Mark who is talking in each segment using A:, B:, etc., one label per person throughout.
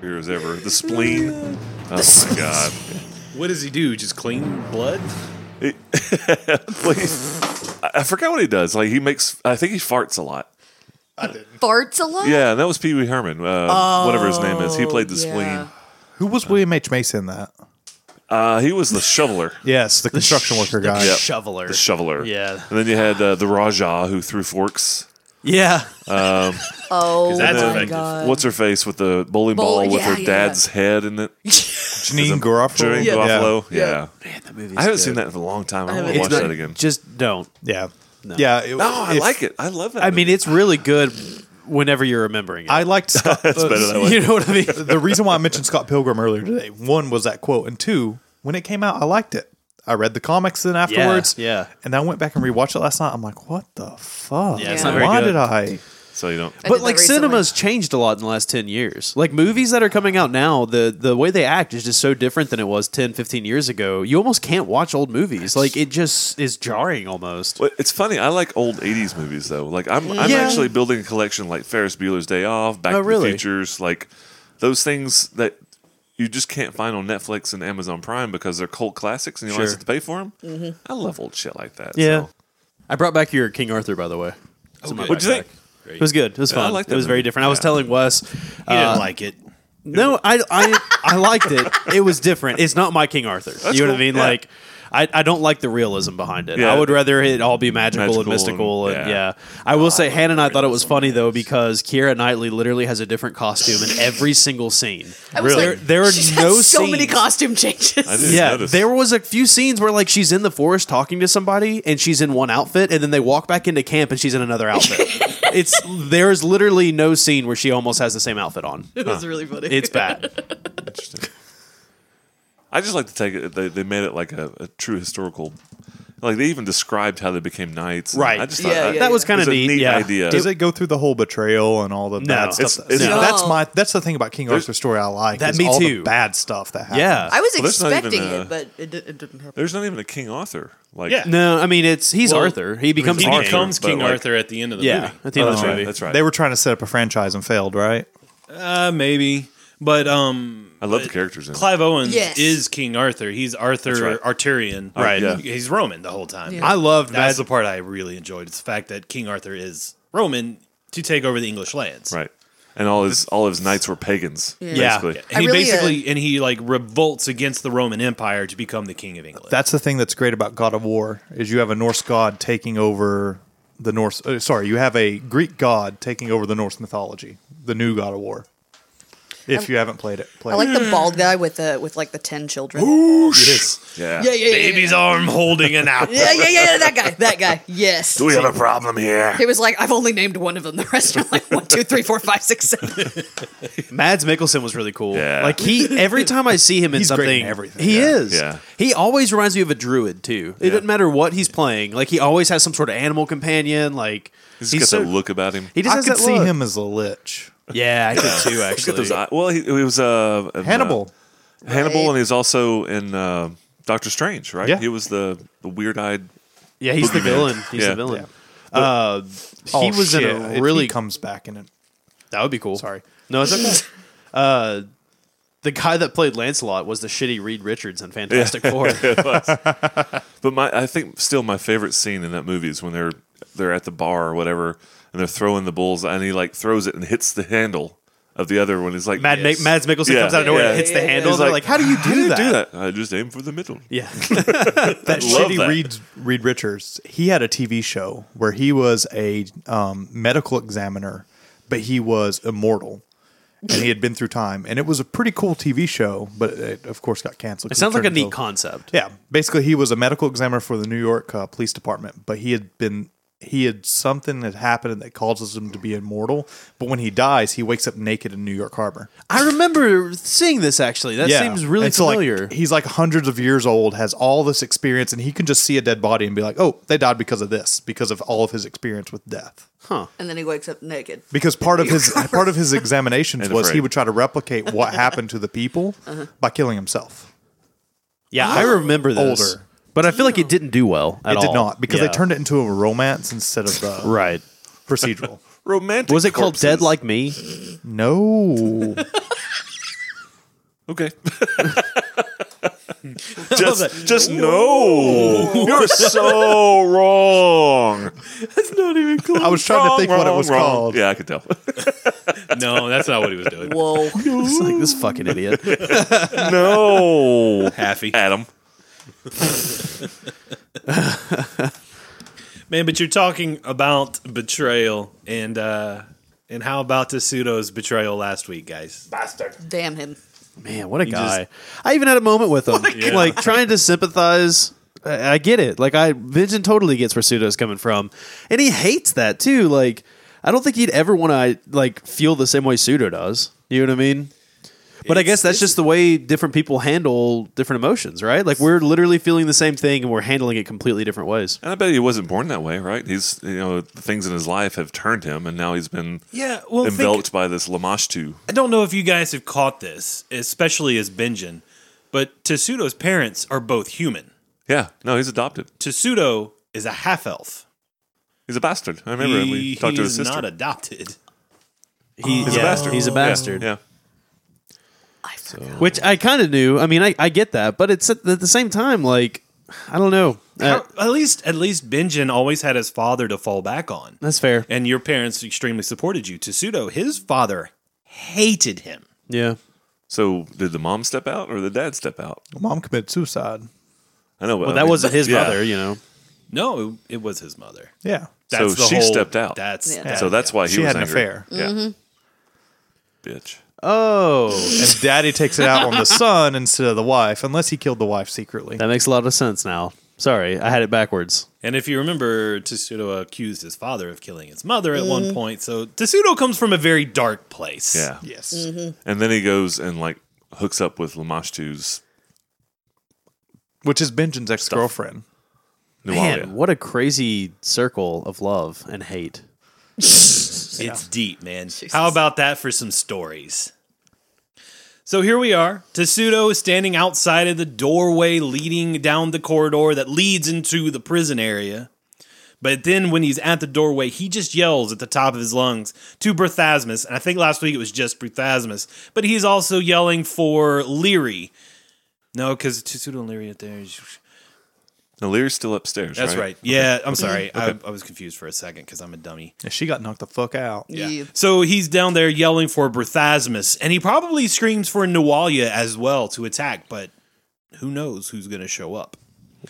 A: superheroes ever. The spleen. Oh my god.
B: What does he do? Just clean blood?
A: Please. I I forgot what he does. Like he makes. I think he farts a lot.
C: I didn't.
D: Farts a lot?
A: Yeah, and that was Pee Wee Herman. Uh, whatever his name is, he played the
D: Oh, yeah.
A: spleen.
C: Who was William H. Macy in that?
A: Uh, he was the shoveler.
C: Yes, the construction
B: sh-
C: worker
B: the
C: guy.
A: Yep.
B: Shoveler.
A: The shoveler.
B: Yeah.
A: And then you had uh, the Rajah who threw forks.
B: yeah.
D: Oh,
B: that's
D: my
B: effective.
D: God.
A: What's her face with the bowling
D: Bowl-
A: ball with
D: yeah,
A: her
D: yeah.
A: dad's head in it?
C: Janine Garofalo.
A: During
C: Yeah.
A: Garofalo? Yeah.
B: Man, that movie's
A: I haven't
B: good.
A: seen that in a long time. I want
B: It's
A: to watch
B: not-
A: that again.
B: Just don't.
C: Yeah. Yeah. it-
A: No, I
C: if-
A: like it. I love that.
B: I mean, it's really good whenever you're remembering it.
C: I liked Scott.
A: better that way.
B: you know what I mean?
C: the reason why I mentioned Scott Pilgrim earlier today, one was that quote, and two, when it came out, I liked it. I read the comics then afterwards.
B: yeah.
C: And then I went back and rewatched it last night. I'm like, what the fuck?
B: Yeah,
D: it's not
B: very
C: Why
B: good.
C: did I?
A: so you don't.
D: I
B: but
D: did
B: like
D: that recently.
B: cinema's changed a lot in the last 10 years like movies that are coming out now the the way they act is just so different than it was 10 15 years ago you almost can't watch old movies like it just is jarring almost
A: Well, it's funny. I like old '80s movies though. Like I'm, I'm
B: Yeah.
A: actually building a collection like Ferris Bueller's Day Off, Back
B: Oh,
A: to
B: really?
A: the Futures, like those things that you just can't find on Netflix and Amazon Prime because they're cult classics, and you always
B: Sure. Mm-hmm.
A: have to pay for them. I love old shit like that.
B: yeah
A: so.
B: i brought back your king arthur by the way It's in my
A: What'd you
B: backpack.
A: think?
B: it was good it was fun
A: I like
B: it
A: that
B: was very
A: movie.
B: different i was
A: Yeah.
B: telling wes
E: He
B: uh,
E: didn't like it.
B: No, I, I I liked it. It was different. It's not my King Arthur. you know what I
A: cool.
B: mean?
A: Yeah.
B: Like, I, I don't like the realism behind it.
A: Yeah.
B: I would rather it all be magical, and
A: Magical
B: mystical. And,
A: and-
B: yeah.
A: yeah. Oh,
B: I will say, Hannah and I thought it was funny though because Kira Knightley literally has a different costume in every single scene.
D: I was
B: There,
D: like,
B: there are
D: she's had
B: no
D: so many
B: scenes-
D: costume changes.
A: I didn't
B: yeah,
A: notice.
B: there was a few scenes where like she's in the forest talking to somebody and she's in one outfit and then they walk back into camp and she's in another outfit. it's there's literally no scene where she almost has the same outfit on.
D: It was really funny.
B: It's bad.
A: I just like to take it. They, they made it like a, a true historical. Like they even described how they became knights. and
B: Right.
A: I just
D: Yeah,
A: thought that-
D: yeah,
B: that was
D: yeah.
B: kind
A: It's
B: of
A: a
B: neat,
A: neat
B: yeah.
A: idea.
C: Does it go through the whole betrayal and all the bad
B: No.
C: stuff?
A: It's-
C: See,
D: no.
C: That's
D: No.
C: my. That's the thing about King Arthur's story. I like
B: That
C: is
B: me
C: all
B: too.
C: The bad stuff that happens.
B: Yeah.
D: I was
A: Well, there's not
D: expecting
A: even a-
D: it, but it, di- it didn't happen.
A: There's not even a King Arthur. Like
E: Yeah.
B: No, I mean it's he's
E: Well,
B: Arthur. He becomes
E: he
B: Arthur.
E: becomes
A: but
E: King
A: like-
E: Arthur at the end of the
B: yeah,
E: movie.
B: at the end of
A: Oh, That's
B: the
A: right,
B: movie.
A: That's right.
C: They were trying to set up a franchise and failed, right?
E: Uh, maybe. But um,
A: I love the characters in it.
E: Clive Owens
D: Yes.
E: is King Arthur. He's Arthur
A: right.
E: Arturian.
A: Right. Yeah.
E: He's Roman the whole time.
D: Yeah.
E: I,
C: I loved
E: Oh, that's
C: Mad.
E: the part I really enjoyed. It's the fact that King Arthur is Roman to take over the English lands.
A: Right. And all his all his knights were pagans.
B: Yeah.
A: Basically.
E: And he
D: I really, uh,
E: basically and he like revolts against the Roman Empire to become the king of England.
C: that's the thing that's great about God of War is you have a Norse god taking over the Norse. Uh, sorry, you have a Greek god taking over the Norse mythology, the new God of War. If you haven't played it, play
D: I like
C: it.
D: the bald guy with the with like the ten children.
A: Yeah.
D: yeah, yeah, yeah, yeah,
E: Baby's arm holding an apple.
D: yeah, yeah, yeah, yeah, That guy, that guy. Yes.
A: Do we have a problem here?
D: He was like, I've only named one of them. The rest are like one, two, three, four, five, six, seven.
B: Mads Mikkelsen was really cool.
A: Yeah.
B: Like he every time I see him in
C: He's great
B: something,
C: in everything.
B: he is.
A: Yeah.
B: He always reminds me of a druid too. It doesn't matter what he's playing. Like he always has some sort of animal companion. Like
A: He's,
B: he's
A: got
B: so,
A: that look about him.
B: He just
C: I
B: has
C: could
B: that
C: see
B: look.
C: him as a lich,
B: Yeah, I could too.
A: Look at
B: Actually,
A: those eye- Well, he, he was uh, in, uh,
C: Hannibal.
A: Hannibal,
D: Right.
A: and he's also in uh, Doctor Strange, right?
C: Yeah.
A: He was the, the weird eyed.
B: yeah, he's the villain. He's the
A: Yeah.
B: villain. Uh,
C: Oh,
B: he was
C: shit.
B: in
C: If
B: a
C: he
B: really
C: comes back in it.
B: That would be cool.
C: Sorry.
B: No, it's okay. uh, the guy that played Lancelot was the shitty Reed Richards in Fantastic Four.
A: But my, I think still my favorite scene in that movie is when they're they're at the bar or whatever, and they're throwing the bulls, and he like throws it and hits the handle of the other one. He's like,
B: Mad
E: Yes.
B: Ma- Mads Mikkelsen
A: Yeah.
B: comes out of nowhere
A: Yeah.
B: and hits the
D: Yeah.
B: handle.
A: He's
B: They're
A: like,
B: like, "How do you do, that?
A: do that. I just aim for the middle.
B: Yeah,
C: that
A: love
C: shitty
A: that.
C: Reed, Reed Richards, he had a TV show where he was a um, medical examiner, but he was immortal. And he had been through time. And it was a pretty cool TV show, but it, of course, got canceled.
B: it sounds like a
C: Turned
B: neat
C: into-
B: concept.
C: Yeah. Basically, he was a medical examiner for the New York uh, Police Department, but he had been. He had something that happened that causes him to be immortal, but when he dies, he wakes up naked in New York Harbor.
B: I remember seeing this actually. That seems really
C: And so, like,
B: familiar.
C: he's like hundreds of years old, has all this experience, and he can just see a dead body and be like, "Oh, they died because of this, because of all of his experience with death."
D: And then he wakes up naked.
C: Because part of his part of his examinations
A: And
C: was he
A: afraid.
C: would try to replicate what happened to the people
B: Uh-huh.
C: by killing himself.
B: yeah, I remember this,
C: Older.
B: but I feel like it didn't do well. At
C: it did
B: all.
C: not because
B: Yeah.
C: they turned it into a romance instead of a
B: right.
C: procedural.
A: Romantic.
B: Was it called
A: corpses.
B: Dead Like Me?
C: No,
A: Okay. just just no. You're so wrong.
E: That's not even cool.
C: I was trying to think what it was called.
A: Yeah, I could tell.
E: no, that's not what he was doing.
D: Whoa.
B: It's like this fucking idiot.
A: no.
E: Happy.
A: Adam.
E: Man, but you're talking about betrayal and uh and how about the pseudo's betrayal last week, guys?
D: Damn him.
B: Man, what a guy!
E: just-
B: I even had a moment with him,
E: guy.
B: like trying to sympathize. I, I get it. Like I, Vincent totally gets where Pseudo's coming from, and he hates that too. Like I don't think he'd ever want to like feel the same way Pseudo does. You know what I mean? But I
E: It's-
B: guess that's just the way different people handle different emotions, right? Like we're literally feeling the same thing, and we're handling it completely different ways.
A: And I bet he wasn't born that way, right? He's you know the things in his life have turned him, and now he's been
E: Yeah, well, think-
A: enveloped by this Lamashtu.
E: I don't know if you guys have caught this, especially as Benjin, but Tsudo's parents are both human.
A: Yeah, no, he's adopted.
E: Tsudo is a half elf.
A: He's a bastard. I remember when we talked to his
E: he's
A: sister.
E: not adopted.
B: He,
A: he's
B: yeah,
A: a bastard.
B: He's a
A: Yeah,
B: bastard.
A: Yeah,
D: I forgot.
B: Which I kind of knew. I mean, I, I get that, but it's at, at the same time, like I don't know. Uh,
E: How- at least, at least Benjin always had his father to fall back on,
B: that's fair.
E: and your parents extremely supported you. Tsudo, his father hated him.
B: Yeah.
A: So did the mom step out or the dad step out?
C: Mom committed suicide.
A: I know.
B: Well, that wasn't his mother, you know.
E: No, it, it was his mother.
C: Yeah.
A: So she stepped out.
E: That's
D: Yeah.
E: that-
A: So that's why he
C: She
A: was
C: had an
A: angry.
C: affair.
A: Yeah.
E: Mm-hmm.
A: Bitch.
B: Oh,
C: And daddy takes it out on the son instead of the wife, unless he killed the wife secretly.
B: that makes a lot of sense now. Sorry, I had it backwards.
E: And if you remember, Tsudo accused his father of killing his mother at one point. So Tsudo comes from a very dark place.
A: Yeah.
C: Yes.
B: Mm-hmm.
A: And then he goes and like hooks up with Lamashtu's
C: Which is Benjamin's ex girlfriend.
B: Man,
A: Nualia.
B: what a crazy circle of love and hate.
E: It's deep, man. How about that for some stories? So here we are. Tsudo is standing outside of the doorway leading down the corridor that leads into the prison area. But then when he's at the doorway, he just yells at the top of his lungs to Berthasmus. And I think last week it was just Berthasmus. But he's also yelling for Leary. No, because Tsudo and Leary are there.
A: No, Leary's still upstairs.
E: That's right.
A: right.
E: Yeah, I'm sorry. I, I was confused for a second because I'm a dummy.
C: And she got knocked the fuck out.
D: Yeah.
E: So he's down there yelling for Berthasmus, and he probably screams for Nawalia as well to attack, but who knows who's going to show up.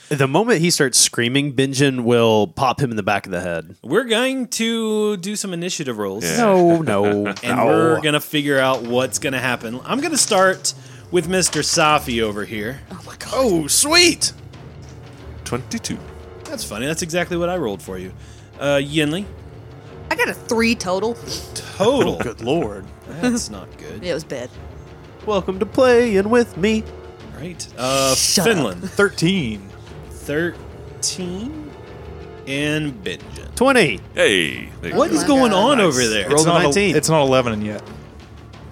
B: The moment he starts screaming, Benjin will pop him in the back of the head.
E: We're going to do some initiative rolls,
B: No, Oh, no,
E: and
B: no.
E: we're going to figure out what's going to happen. I'm going to start with Mr. Safi over here.
D: Oh my god.
B: oh, sweet.
A: 22.
E: That's funny. That's exactly what I rolled for you. Uh, Yinli,
D: I got a three total.
E: total.
C: Good lord.
E: That's not good.
D: It was bad.
B: Welcome to playing with me.
E: Right. Uh,
D: Shut up.
E: Finland,
C: 13.
E: 13. And Benjamin.
B: Twenty.
A: Hey. there you
E: What
A: go.
E: is going
D: God.
E: on over there?
B: Roll
C: It's
B: the
C: not, a-
B: 19.
C: it's not 11 and yet.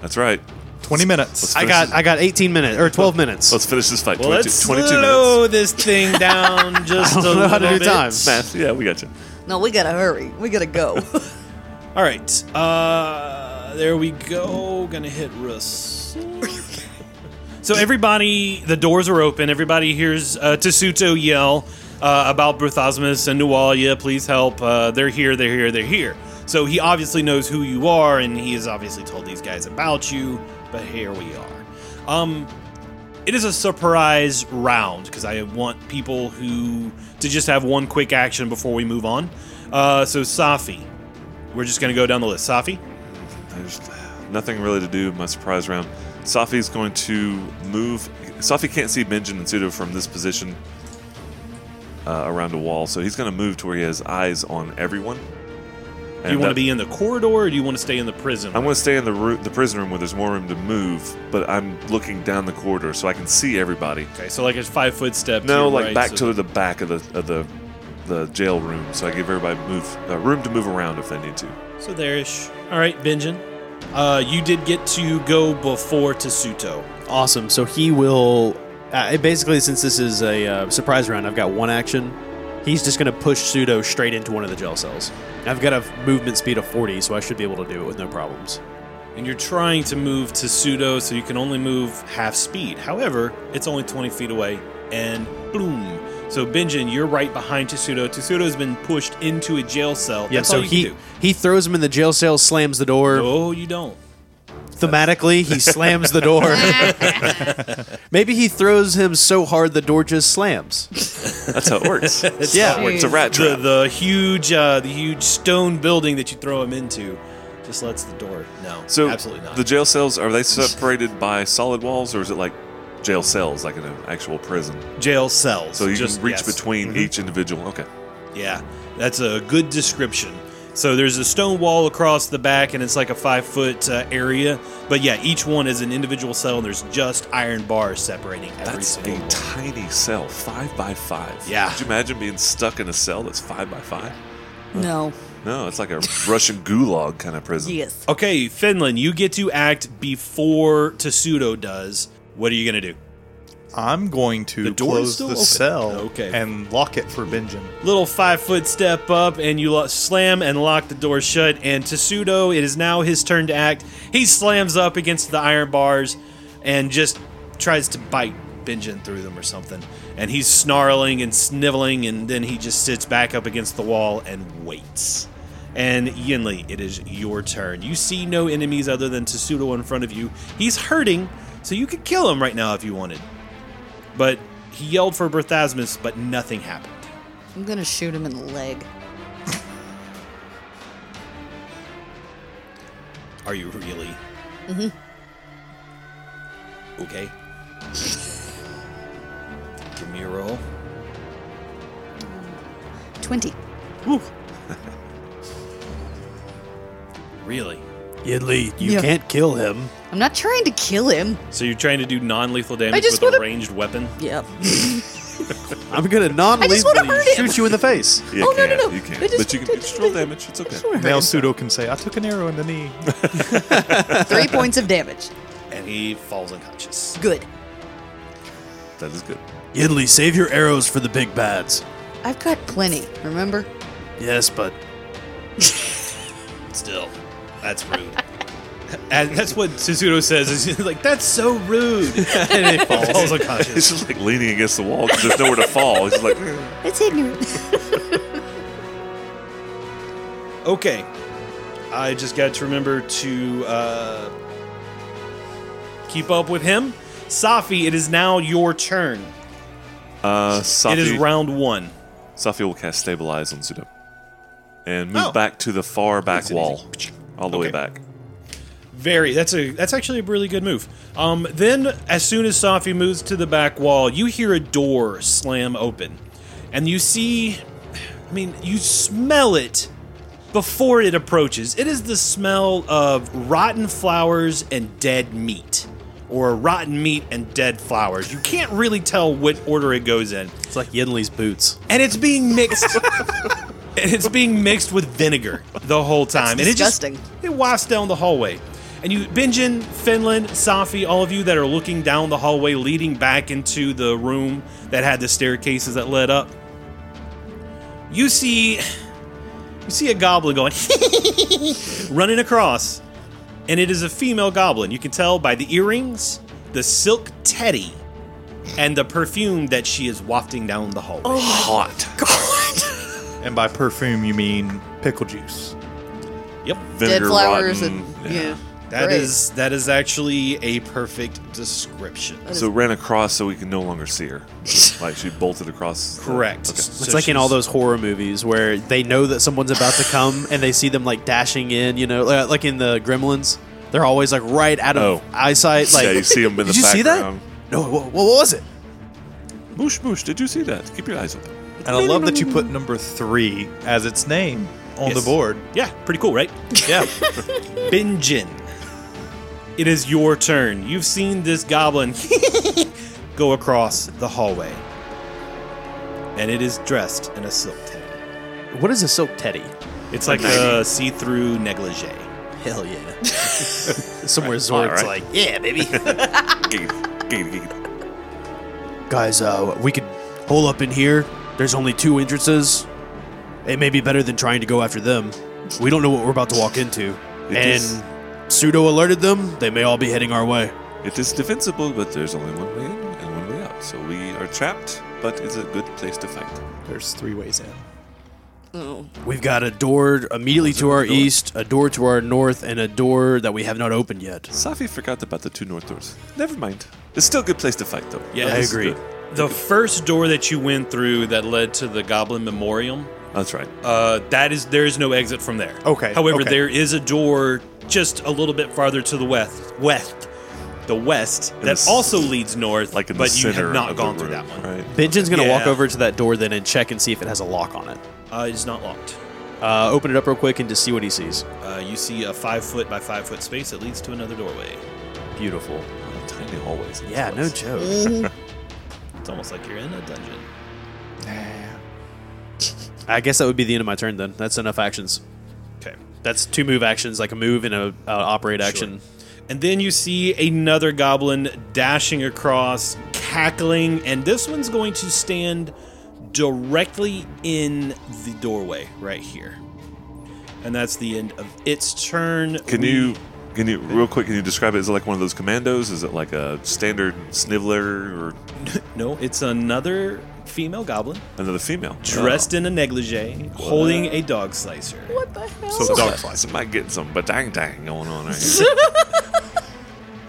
A: That's right.
C: 20 minutes.
B: I got I got eighteen minutes or twelve minutes.
A: Let's finish this fight.
E: Well,
A: 22,
E: let's
A: 22
E: slow this thing down just
B: I
E: a
B: don't know
E: little
B: how to do
E: bit.
B: time.
A: minutes. Math. Yeah, we got you.
D: No, we gotta hurry. We gotta go.
E: All right, uh, there we go. Gonna hit Russ. so everybody, the doors are open. Everybody hears uh, Tasuto yell uh, about Bruthosmus and Nualia. Please help. Uh, they're here. They're here. They're here. So he obviously knows who you are, and he has obviously told these guys about you. But here we are. Um, it is a surprise round because I want people who to just have one quick action before we move on. Uh, so Safi, we're just gonna go down the list. Safi,
A: There's nothing really to do in my surprise round. Safi's going to move. Safi can't see Benjin and Sudo from this position uh, around a wall, so he's going to move to where he has eyes on everyone.
E: do you want to be in the corridor or do you want to stay in the prison?
A: uh, I'm going to stay in the roo- the prison room where there's more room to move, but I'm looking down the corridor so I can see everybody.
E: okay, so like a five foot step. to
A: No,
E: your
A: like
E: right,
A: back
E: so-
A: to the back of the of the the jail room, so I give everybody move uh, room to move around if they need to.
E: So there-ish. All right, Benjin, uh, you did get to go before Tasuto.
B: Awesome. So he will uh, basically, since this is a uh, surprise round, I've got one action. He's just going to push pseudo straight into one of the gel cells. I've got a movement speed of 40, so I should be able to do it with no problems.
E: and you're trying to move to pseudo, so you can only move half speed. However, it's only 20 feet away, and boom. So Benjin, you're right behind Tsudo. Tsudo's been pushed into a jail cell.
B: Yeah,
E: That's
B: so
E: all you
B: he er
E: can do.
B: he throws him in the jail cell, slams the door.
E: No, you don't.
B: Thematically, he slams the door. Maybe he throws him so hard the door just slams.
A: That's how it works.
B: Yeah.
A: It's a rat
E: The,
A: trap.
E: the huge uh, the huge stone building that you throw him into just lets the door. No,
A: so
E: absolutely not.
A: the jail cells are they separated by solid walls or is it like jail cells like in an actual prison?
E: jail cells.
A: So you
E: just,
A: can reach
E: yes. Mm-hmm.
A: between each individual. Okay.
E: Yeah, that's a good description. So there's a stone wall across the back, and it's like a five foot uh, area. But yeah, each one is an individual cell, and there's just iron bars separating every
A: That's a
E: single one.
A: tiny cell, five by five.
E: Yeah.
A: Could you imagine being stuck in a cell that's five by five?
D: No.
A: No, it's like a Russian gulag kind of prison.
D: Yes.
E: Okay, Finland, you get to act before Tasudo does. What are you gonna do?
C: I'm going to
E: The door
C: close
E: is still
C: the
E: open.
C: cell
E: Okay.
C: and lock it for Benjamin.
E: Little five foot step up, and you lo- slam and lock the door shut. And Tasudo, it is now his turn to act. He slams up against the iron bars, and just tries to bite Benjin through them or something. And he's snarling and sniveling, and then he just sits back up against the wall and waits. And Yinli, it is your turn. You see no enemies other than Tasudo in front of you. He's hurting, so you could kill him right now if you wanted. But he yelled for Berthasmus, but nothing happened.
D: I'm gonna shoot him in the leg.
E: Are you really? Mm-hmm. Okay. Give me a roll.
D: Twenty.
E: Really?
B: Yidley, you
D: Yeah.
B: can't kill him.
D: I'm not trying to kill him.
E: So you're trying to do non-lethal damage
D: just
E: with a
D: wanna-
E: ranged weapon?
D: Yep.
B: I'm gonna
D: just wanna hurt
B: non-lethally
D: him.
B: shoot you in the face.
A: You
D: Oh, no,
A: can't,
D: no, no.
A: You can't.
D: I just
A: But you can do
D: wanted to-
A: control damage. It's okay.
C: Now Pseudo can say, I took an arrow in the knee.
D: Three points of damage.
E: And he falls unconscious.
D: Good.
A: That is good.
B: Yidley, save your arrows for the big bads.
D: I've got plenty. Remember?
B: Yes, but
E: Still, that's rude. and that's what Suzuto says. Is he's like, that's so rude. and he falls,
A: It's
E: unconscious.
A: just like leaning against the wall because there's nowhere to fall. It's like,
D: It's ignorant.
E: Okay. I just got to remember to uh, keep up with him. Safi, it is now your turn.
A: uh, Safi,
E: It is round one.
A: Safi will cast stabilize on Sudo and move
E: Oh.
A: back to the far back wall, all the way
E: Okay.
A: back.
E: Very. That's a. That's actually a really good move. Um. Then, as soon as Safi moves to the back wall, you hear a door slam open, and you see. I mean, you smell it before it approaches. It is the smell of rotten flowers and dead meat, or rotten meat and dead flowers. You can't really tell what order it goes in
B: it's like Yidley's boots.
E: and it's being mixed and it's being mixed with vinegar the whole time and it
D: disgusting.
E: just it wafts down the hallway and you Benjin, Finland, Safi, all of you that are looking down the hallway leading back into the room that had the staircases that led up you see you see a goblin going running across and it is a female goblin you can tell by the earrings the silk teddy and the perfume that she is wafting down the hallway
A: Hot.
C: And by perfume, you mean pickle juice.
E: Yep.
A: Vinegar
D: flowers
A: rotten.
D: and- yeah.
E: that
D: Great.
E: is that is actually a perfect description.
A: So ran across so we can no longer see her. like she bolted across. the-
E: Correct.
A: Okay.
E: So
B: It's like in
E: she's-
B: all those horror movies where they know that someone's about to come and they see them like dashing in, you know, like, like in the Gremlins. They're always like right out of
A: Oh.
B: eyesight. Like,
A: yeah, you see him in the
B: did you see that?
A: background.
B: No, what, what was it?
A: Moosh, moosh, did you see that? Keep your eyes open.
C: And I love that you put number three as its name on
E: Yes.
C: the board.
E: Yeah, pretty cool, right?
C: Yeah.
E: Benjin. It is your turn. You've seen this goblin go across the hallway. And it is dressed in a silk teddy.
B: What is a silk teddy?
E: It's like a see-through negligee.
B: Hell yeah. Somewhere Zorg's
A: Alright.
B: like, yeah, baby.
A: Giggle, giggle, giggle.
B: Guys, uh, we could hole up in here. There's only two entrances. It may be better than trying to go after them. We don't know what we're about to walk into.
A: It
B: and
A: is-
B: Pseudo alerted them. They may all be heading our way.
A: It is defensible, but there's only one way in and one way out. So we are trapped, but it's a good place to fight.
C: There's three ways in.
D: Oh,
B: We've got a door immediately to our east, a door to our north, and a door that we have not opened yet.
A: Safi forgot about the two north doors. Never mind. It's still a good place to fight, though.
E: Yeah,
A: This
E: I
A: is
B: agree.
A: good.
E: The first door that you went through that led to the Goblin Memorial,
A: That's right.
E: uh, that is there is no exit from there.
C: Okay,
E: However,
C: okay.
E: there is a door just a little bit farther to the west, west, the west that
A: the s-
E: also leads north.
A: Like in
E: but
A: the
E: you
A: center
E: have not
A: of the
E: gone through
A: room,
E: that one.
A: Right.
B: Benjamin's gonna walk
E: Yeah.
B: over to that door then and check and see if it has a lock on it.
E: Uh, it is not locked.
B: Uh, open it up real quick and just see what he sees.
E: Uh, you see a five foot by five foot space that leads to another doorway.
B: Beautiful.
A: What a tiny hallways. in this
B: Yeah, no
A: place.
B: joke.
E: It's almost like you're in a dungeon.
B: I guess that would be the end of my turn then. That's enough actions.
E: Okay.
B: That's two move actions, like a move and a uh, operate action.
E: And then you see another goblin dashing across, cackling, and this one's going to stand directly in the doorway right here. And that's the end of its turn.
A: Can
E: We-
A: you, can you, real quick, can you describe it? Is it like one of those commandos? Is it like a standard sniveler or
E: No, it's another female goblin
A: another female?
E: dressed in a negligee, holding a dog slicer.
D: what the hell?
A: So dog slice. I might get some badang dang going on right here.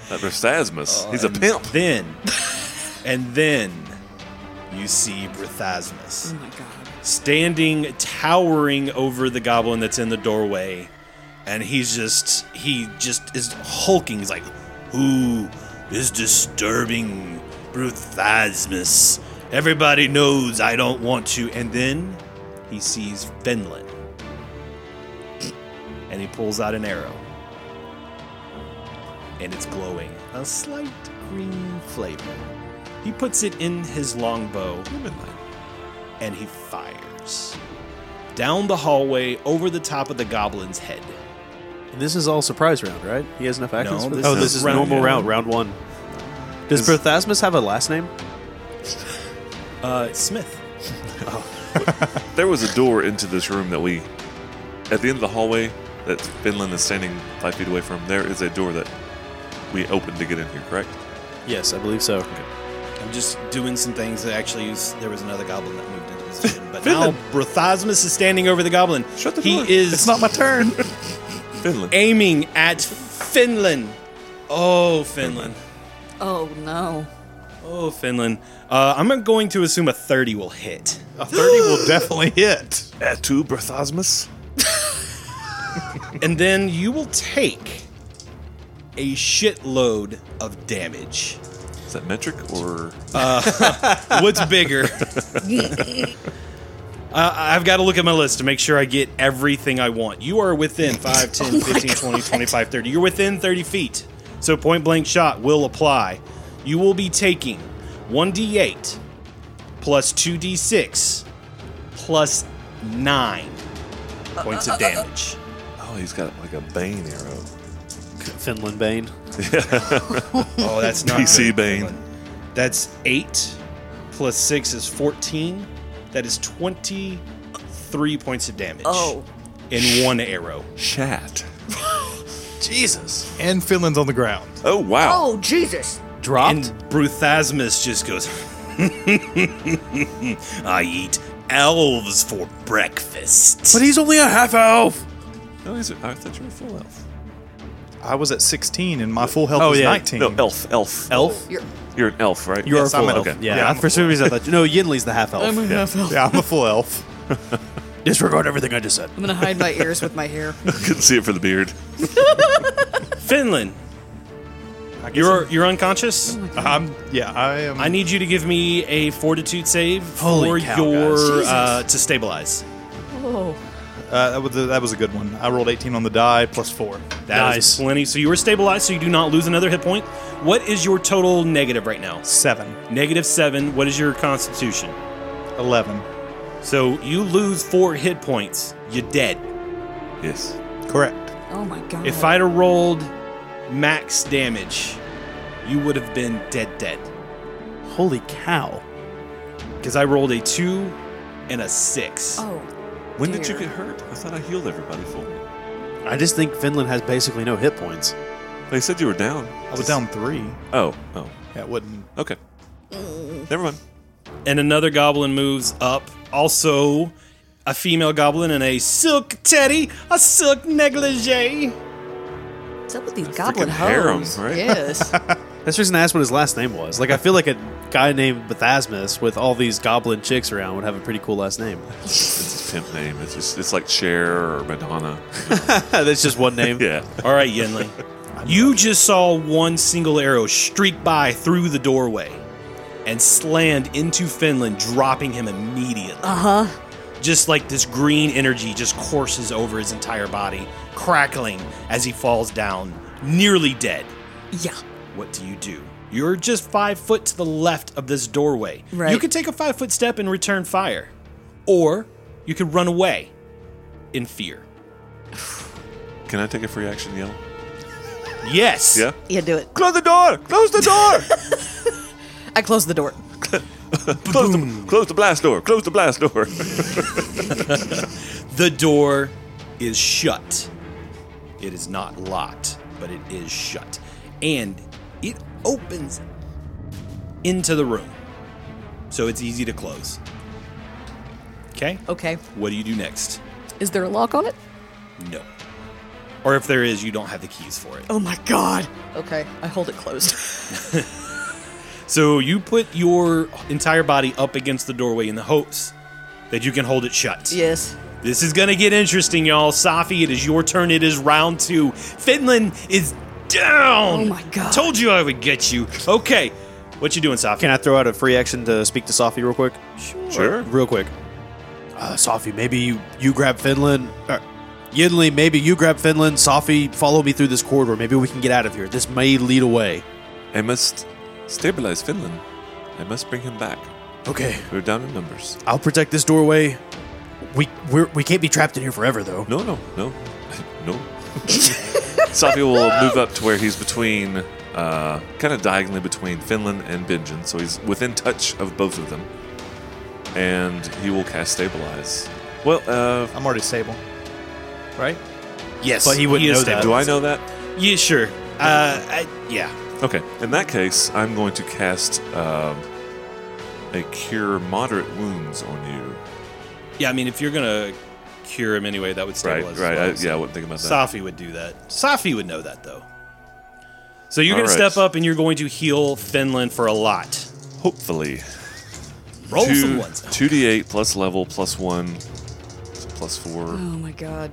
A: that Rastasmus. He's a pimp.
E: Then, and then you see Brithasmus.
D: oh my god.
E: standing towering over the goblin that's in the doorway and he's just he just is hulking he's like who is disturbing bruthasmus everybody knows i don't want to and then he sees finland and he pulls out an arrow and it's glowing a slight green flavor he puts it in his longbow and he fires down the hallway over the top of the goblin's head.
B: And this is all surprise round, right? He has enough actions
E: No,
B: for
E: this
B: this?
E: is
B: oh, this is
E: round
B: normal
E: one.
B: round, round one. Does
A: This-
B: Prothasmus have a last name?
E: Uh, Smith.
A: There was a door into this room that we, at the end of the hallway that Finland is standing five feet away from, there is a door that we opened to get in here, correct?
B: Yes, I believe so.
E: I'm just doing some things that actually use, there was another goblin that moved into position. But now Brothasmus is standing over the goblin.
A: Shut the
E: he
A: door.
E: is
C: It's not my turn.
A: Finland.
E: aiming at Finland. Oh, Finland.
D: Oh no.
E: Oh, Finland. Uh, I'm going to assume a 30 will hit.
C: A 30 will definitely hit.
A: At two Brathasmus?
E: And then you will take a shitload of damage.
A: Is that metric or
E: What's bigger? Uh, I've got to look at my list to make sure I get everything I want. You are within 5, 10, 15, 20, 25, 30. You're within 30 feet. So point blank shot will apply. You will be taking 1d8 plus 2d6 plus 9 points of damage.
A: oh, he's got like a bane arrow.
B: Finland Bane.
E: Oh, that's not
A: PC
E: good.
A: Bane.
E: Hold on. That's eight plus six is fourteen. That is twenty-three points of damage.
D: Oh.
E: in one arrow.
A: Chat.
B: Jesus.
C: And Finland's on the ground.
A: Oh wow.
D: Oh Jesus.
B: Dropped?
E: And Bruthasmus just goes. I eat elves for breakfast.
B: but he's only a half elf.
A: No, he's a, I thought you were a full elf.
C: I was at 16 and my full health
B: Oh,
C: is
B: yeah.
C: 19.
A: No, elf, elf.
B: Elf?
D: You're
A: You're an elf, right?
B: You are
C: Yes,
B: a
C: I'm
B: full
C: an
B: elf.
C: elf.
B: Yeah,
C: Yeah,
B: I-
C: I'm
B: for some reason I thought. No, Yinli's the half elf.
D: I'm gonna half elf.
C: Yeah, I'm a full elf.
B: Disregard everything I just said.
D: I'm gonna hide my ears with my hair.
A: Couldn't see it for the beard.
E: Finland,
C: I guess
E: you're you're unconscious.
B: Oh
C: I'm, I'm- yeah, I am.
E: I need you to give me a fortitude save
B: Holy
E: for
B: cow,
E: your
B: guys.
E: uh, to stabilize.
D: Oh.
C: uh, that, was a, that was a good one. I rolled 18 on the die plus four.
E: That
B: Nice.
E: is plenty. So you were stabilized, so you do not lose another hit point. What is your total negative right now?
C: Seven.
E: Negative seven. What is your constitution?
C: 11.
E: So you lose four hit points. You're dead.
A: Yes.
C: Correct.
D: Oh my god.
E: If I'd have rolled max damage, you would have been dead, dead.
B: Holy cow.
E: Because I rolled a two and a six.
D: Oh.
A: When did you
D: Dear.
A: get hurt? I thought I healed everybody full.
B: I just think Finland has basically no hit points.
A: They said you were down.
C: I was down three.
A: Oh, oh,
C: That wouldn't.
A: okay. Never mind.
E: and another goblin moves up. Also, a female goblin in a silk teddy, a silk negligee.
D: What's up with these goblin
A: freaking harem,
D: hoes?
A: right?
D: Yes.
B: That's the reason I asked what his last name was. Like, I feel like a guy named Bathasmus with all these goblin chicks around would have a pretty cool last name.
A: It's a pimp name. It's just it's like Cher or Madonna.
B: That's just one name.
A: Yeah.
E: All right, Yenling. You just saw one single arrow streak by through the doorway and slammed into Finland, dropping him immediately. Uh
D: Uh-huh.
E: huh. Just like this green energy just courses over his entire body, crackling as he falls down, nearly dead.
D: yeah.
E: What do you do? You're just five foot to the left of this doorway.
D: Right.
E: You could take a five foot step and return fire, or you could run away in fear.
A: Can I take a free action yell?
E: Yes.
A: Yeah.
D: Yeah, do it.
A: Close the door. Close the door.
D: I closed the door.
A: close the close the blast door. Close the blast door.
E: The door is shut. It is not locked, but it is shut. And it opens into the room. So it's easy to close. Okay.
D: Okay.
E: What do you do next?
D: Is there a lock on it?
E: No. Or if there is, you don't have the keys for it.
D: Oh my god. Okay. I hold it closed.
E: So you put your entire body up against the doorway in the hopes that you can hold it shut.
D: yes.
E: This is gonna get interesting, y'all. Safi, it is your turn. It is round two. Finland is down.
D: Oh my God.
E: Told you I would get you. Okay, what you doing, Safi?
B: Can I throw out a free action to speak to Sophie real quick?
A: sure.
B: Real quick. Uh, Sophie, maybe you, you grab Finland. Uh, Yinli, maybe you grab Finland. Sophie, follow me through this corridor. Maybe we can get out of here. This may lead away.
A: I must stabilize Finland. I must bring him back.
B: Okay.
A: We're down in numbers.
B: I'll protect this doorway. We we're, we can't be trapped in here forever, though.
A: No, no, no, no. Safi will move up to where he's between, uh, kind of diagonally between Finland and Bingen, so he's within touch of both of them, and he will cast Stabilize. Well, uh,
C: I'm already stable. Right?
E: yes,
B: But he wouldn't
E: is
B: know that.
A: do
E: stable.
A: I know that?
E: Yeah, sure. Uh, I, yeah.
A: Okay, in that case, I'm going to cast um a Cure Moderate Wounds on you.
E: Yeah, I mean, if you're gonna cure him anyway, that would
A: Right,
E: stabilize. as
A: right.
E: well,
A: I,
E: so-
A: yeah, I wouldn't think about that.
E: Safi would do that. Safi would know that though. So you're
A: All
E: gonna
A: right.
E: step up and you're going to heal Finland for a lot.
A: Hopefully,
E: Roll some
A: two
E: ones.
A: two d eight plus level plus one so plus four.
D: Oh my god.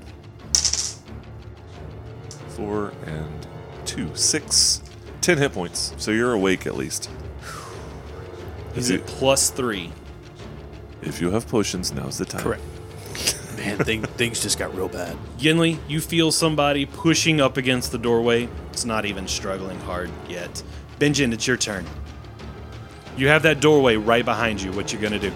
A: four and two, six, ten hit points. So you're awake at least.
E: Is
A: two.
E: it plus three?
A: If you have potions, now's the time.
B: Correct. Man, thing, things just got real bad.
E: Yinli, you feel somebody pushing up against the doorway. It's not even struggling hard yet. Benjin, it's your turn. You have that doorway right behind you. What you gonna do?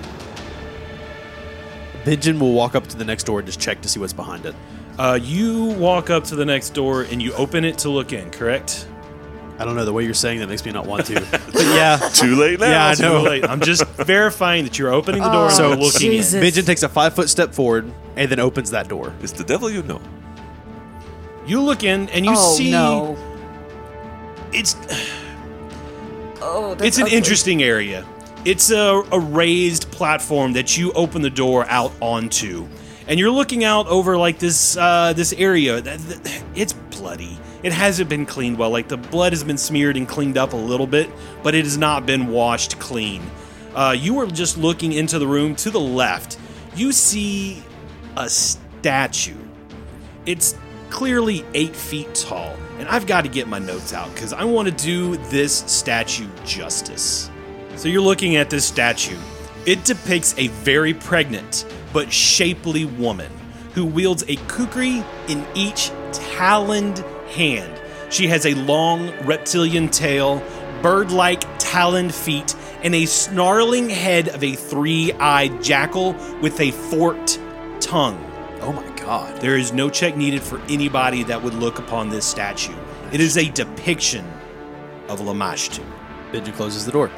B: Pigeon will walk up to the next door and just check to see what's behind it.
E: Uh, you walk up to the next door and you open it to look in. Correct?
B: I don't know the way you're saying that makes me not want to. but yeah,
A: Too late now.
B: Yeah, I
E: Too
B: know.
E: late. I'm just verifying that you're opening the door and
B: So-
E: you're looking
D: Oh, Jesus.
B: Pigeon takes a five foot step forward and then opens that door.
A: It's the devil you know.
E: in. You look in and you
D: oh
E: see
D: no.
E: it's
D: Oh, that's
E: it's an
D: ugly.
E: interesting area. It's a, a raised platform that you open the door out onto, and you're looking out over like this uh, this area. That- that- It's bloody. It hasn't been cleaned well. Like the blood has been smeared and cleaned up a little bit, but it has not been washed clean. Uh, you are just looking into the room to the left. You see a statue it's clearly eight feet tall, and I've got to get my notes out because I want to do this statue justice. So you're looking at this statue. It depicts a very pregnant but shapely woman who wields a kukri in each taloned hand. She has a long reptilian tail, bird like taloned feet, and a snarling head of a three eyed jackal with a forked tongue.
B: Oh my god.
E: There is no check needed for anybody that would look upon this statue. It is a depiction of Lamashtu.
B: Pigeon closes the door.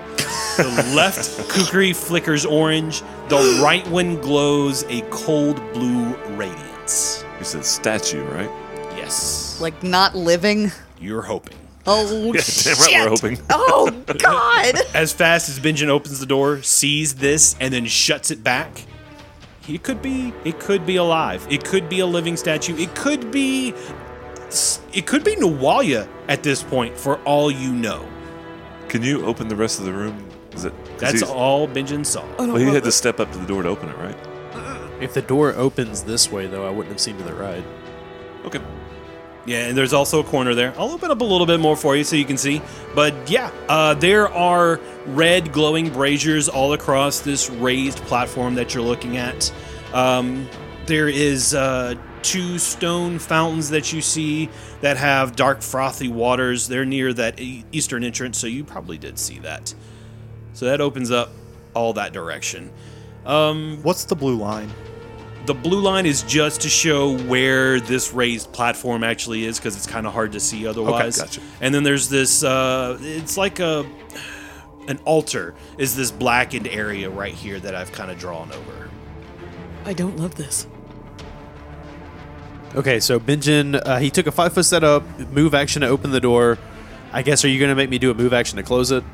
E: The left kukri flickers orange, the right one glows a cold blue radiance.
A: You said statue, right?
E: Yes.
D: Like not living.
E: You're hoping.
D: Oh
A: damn
D: shit!
A: right we're hoping.
D: Oh god!
E: As fast as Benjamin opens the door, sees this, and then shuts it back, he could be. It could be alive. It could be a living statue. It could be. It could be Nawalia at this point, for all you know.
A: Can you open the rest of the room? Is it? 'cause
E: That's
A: he's-
E: all Benjamin saw.
A: Well, he had to step up to the door to open it, right?
B: If the door opens this way, though, I wouldn't have seen to the right.
A: Okay.
E: Yeah, and there's also a corner there. I'll open up a little bit more for you so you can see. But yeah, uh, there are red glowing braziers all across this raised platform that you're looking at. Um, there is uh, two stone fountains that you see that have dark frothy waters. They're near that e- eastern entrance, so you probably did see that. So that opens up all that direction.
C: What's the blue line?
E: The blue line is just to show where this raised platform actually is because it's kind of hard to see otherwise.
C: gotcha.
E: And then there's this. Uh, it's like a an altar. Is this blackened area right here that I've kind of drawn over?
D: I don't love this.
B: Okay, so Benjin, uh, he took a five foot step up, move action to open the door. I guess are you going to make me do a move action to close it?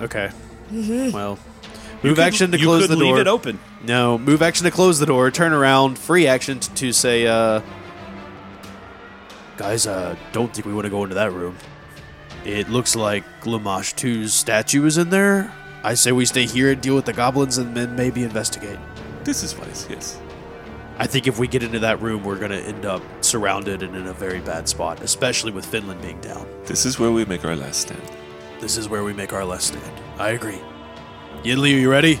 B: Okay. Well, move action to
E: you
B: close
E: could
B: the
E: leave
B: door.
E: it open.
B: No, move action to close the door. Turn around. Free action t- to say, uh, guys, uh, don't think we want to go into that room. It looks like Lamash 2's statue is in there. I say we stay here and deal with the goblins and then maybe investigate.
A: This is wise. Yes.
B: I think if we get into that room, we're going to end up surrounded and in a very bad spot, especially with Finland being down.
A: This is where we make our last stand.
B: This is where we make our last stand. I agree. Yidli, you ready?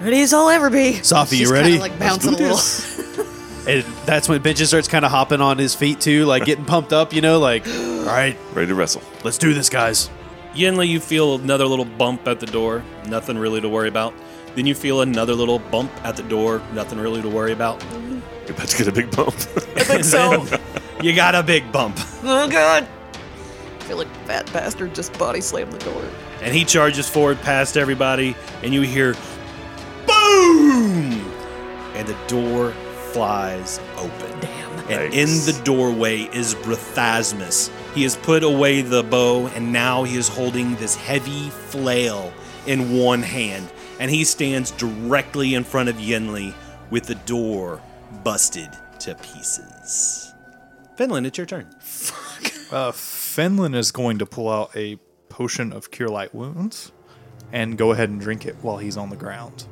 D: Ready as I'll ever be.
B: Safi,
D: She's
B: you
D: kinda,
B: ready?
D: like bouncing a little.
B: And that's when Benji starts kind of hopping on his feet too, like getting pumped up, you know, like, all right,
A: Ready to wrestle.
B: let's do this, guys.
E: Yinli, you feel another little bump at the door. Nothing really to worry about. Then you feel another little bump at the door. Nothing really to worry about.
A: You're about to get a big bump.
E: And then you got a big bump.
D: Oh god! I feel like fat bastard just body slammed the door.
E: and he charges forward past everybody, and you hear boom, and the door flies open.
D: Damn.
A: Yikes.
E: And in the doorway is Brithasmus. He has put away the bow, and now he is holding this heavy flail in one hand, and he stands directly in front of Yenli with the door busted to pieces. Finland, it's your turn.
C: Uh, Finland is going to pull out a potion of cure light wounds and go ahead and drink it while he's on the ground.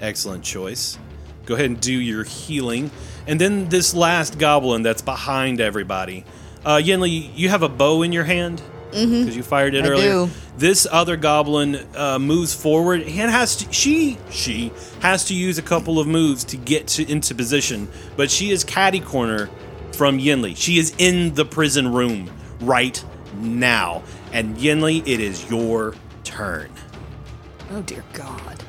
E: Excellent choice. Go ahead and do your healing. And then this last goblin that's behind everybody. Uh, Yenli, you have a bow in your hand because you fired it
D: Mm-hmm. I
E: earlier.
D: do.
E: This other goblin uh, moves forward and has to, she she has to use a couple of moves to get to, into position, but she is catty corner from Yenli. She is in the prison room right now, and Yenli, it is your turn.
D: Oh dear god.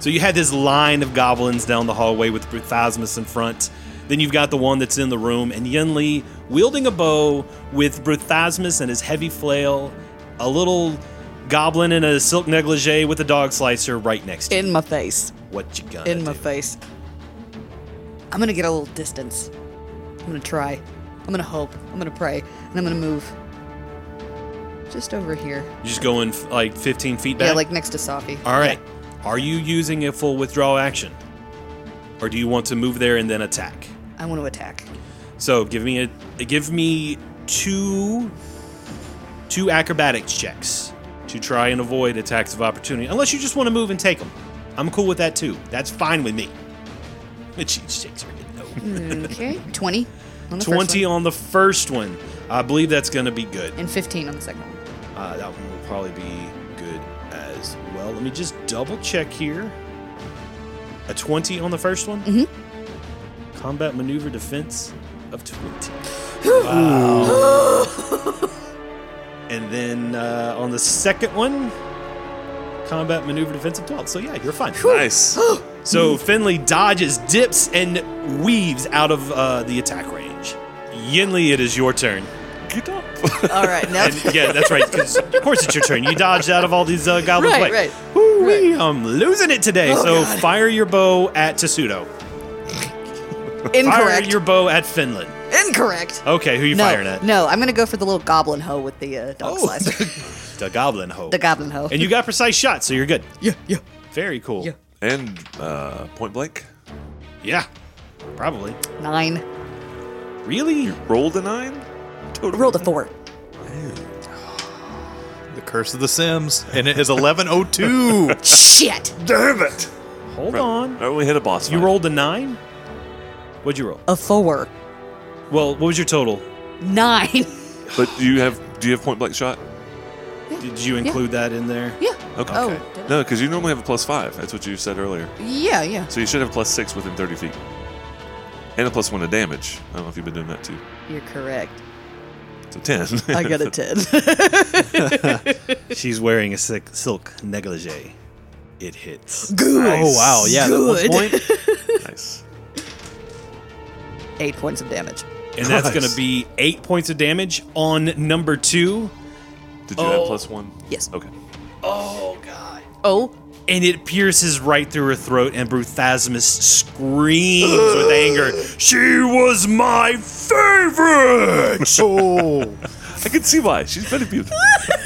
E: So you had this line of goblins down the hallway with Bruthasmus in front. Then you've got the one that's in the room, and Yunli wielding a bow with Bruthasmus and his heavy flail, a little goblin in a silk negligee with a dog slicer right next to you.
D: In my face.
E: What you gonna
D: In my
E: do?
D: face. I'm gonna get a little distance. I'm gonna try. I'm gonna hope. I'm gonna pray. And I'm gonna move. Just over here.
E: You just going f- like 15 feet back?
D: Yeah, like next to Safi.
E: All right. Are you using a full withdrawal action? Or do you want to move there and then attack?
D: I want to attack.
E: So give me a give me two two acrobatics checks to try and avoid attacks of opportunity, unless you just want to move and take them. I'm cool with that too. That's fine with me. Jeez, Shakespeare, no.
D: Okay. 20. On Mm, the first
E: Twenty
D: one.
E: on the first one. I believe that's going to be good.
D: And 15 on the second one.
E: Uh, that one will probably be good as well. Let me just double check here. A 20 on the first one? Mm-hmm. Combat maneuver defense of 20. and then uh, on the second one, combat maneuver defense of 12. So yeah, you're fine.
A: nice.
E: So Finley dodges, dips, and weaves out of uh, the attack range. Yinli, it is your turn.
A: Get up.
D: All right. Now.
E: And yeah, that's right. 'cause of course, it's your turn. You dodged out of all these uh, goblins.
D: Right, right, Oh,
E: Woo-wee, I'm losing it today. so fire your bow at Tasudo. Fire
D: Incorrect.
E: your Oh, bow at Finland.
D: Incorrect.
E: Okay, who you
D: no,
E: firing at?
D: no, I'm gonna go for the little goblin hoe with the uh, dog slicer.
E: The goblin hoe.
D: the goblin hoe.
E: Oh. and you got precise shot, so you're good.
D: yeah, yeah.
E: Very cool.
D: Yeah.
A: And uh, point blank.
E: Yeah, probably.
D: Nine.
E: Really?
A: Rolled a nine? Total.
D: Rolled a four.
C: The Curse of the Sims, and it is eleven oh two.
D: Shit.
C: Damn it!
E: Hold
A: Right.
E: on.
A: All right, we hit a boss.
E: You
A: fight.
E: rolled a nine. What'd you roll?
D: A four.
E: Well, what was your total?
D: Nine.
A: But do you have do you have point blank shot?
E: Did you include that in there?
D: Yeah.
A: Okay.
D: Oh. did
A: No, because you normally have a plus five. That's what you said earlier.
D: I- Yeah, yeah,
A: So you should have plus six within 30 feet. And a plus one to damage. I don't know if you've been doing that too.
D: you're correct.
A: So 10.
D: I got a 10.
E: She's wearing a silk, silk negligee. It hits.
B: Oh wow, yeah. that one
D: Good.
B: point.
A: nice.
D: Eight points of damage.
E: And that's
A: Nice.
E: going to be eight points of damage on number two.
A: Did you
E: Oh.
A: add plus one?
D: Yes.
A: Okay.
E: Oh, God.
D: Oh,
E: And it pierces right through her throat, and Bruthasmus screams with anger. She was my favorite!
C: Oh,
A: I can see why. She's very beautiful.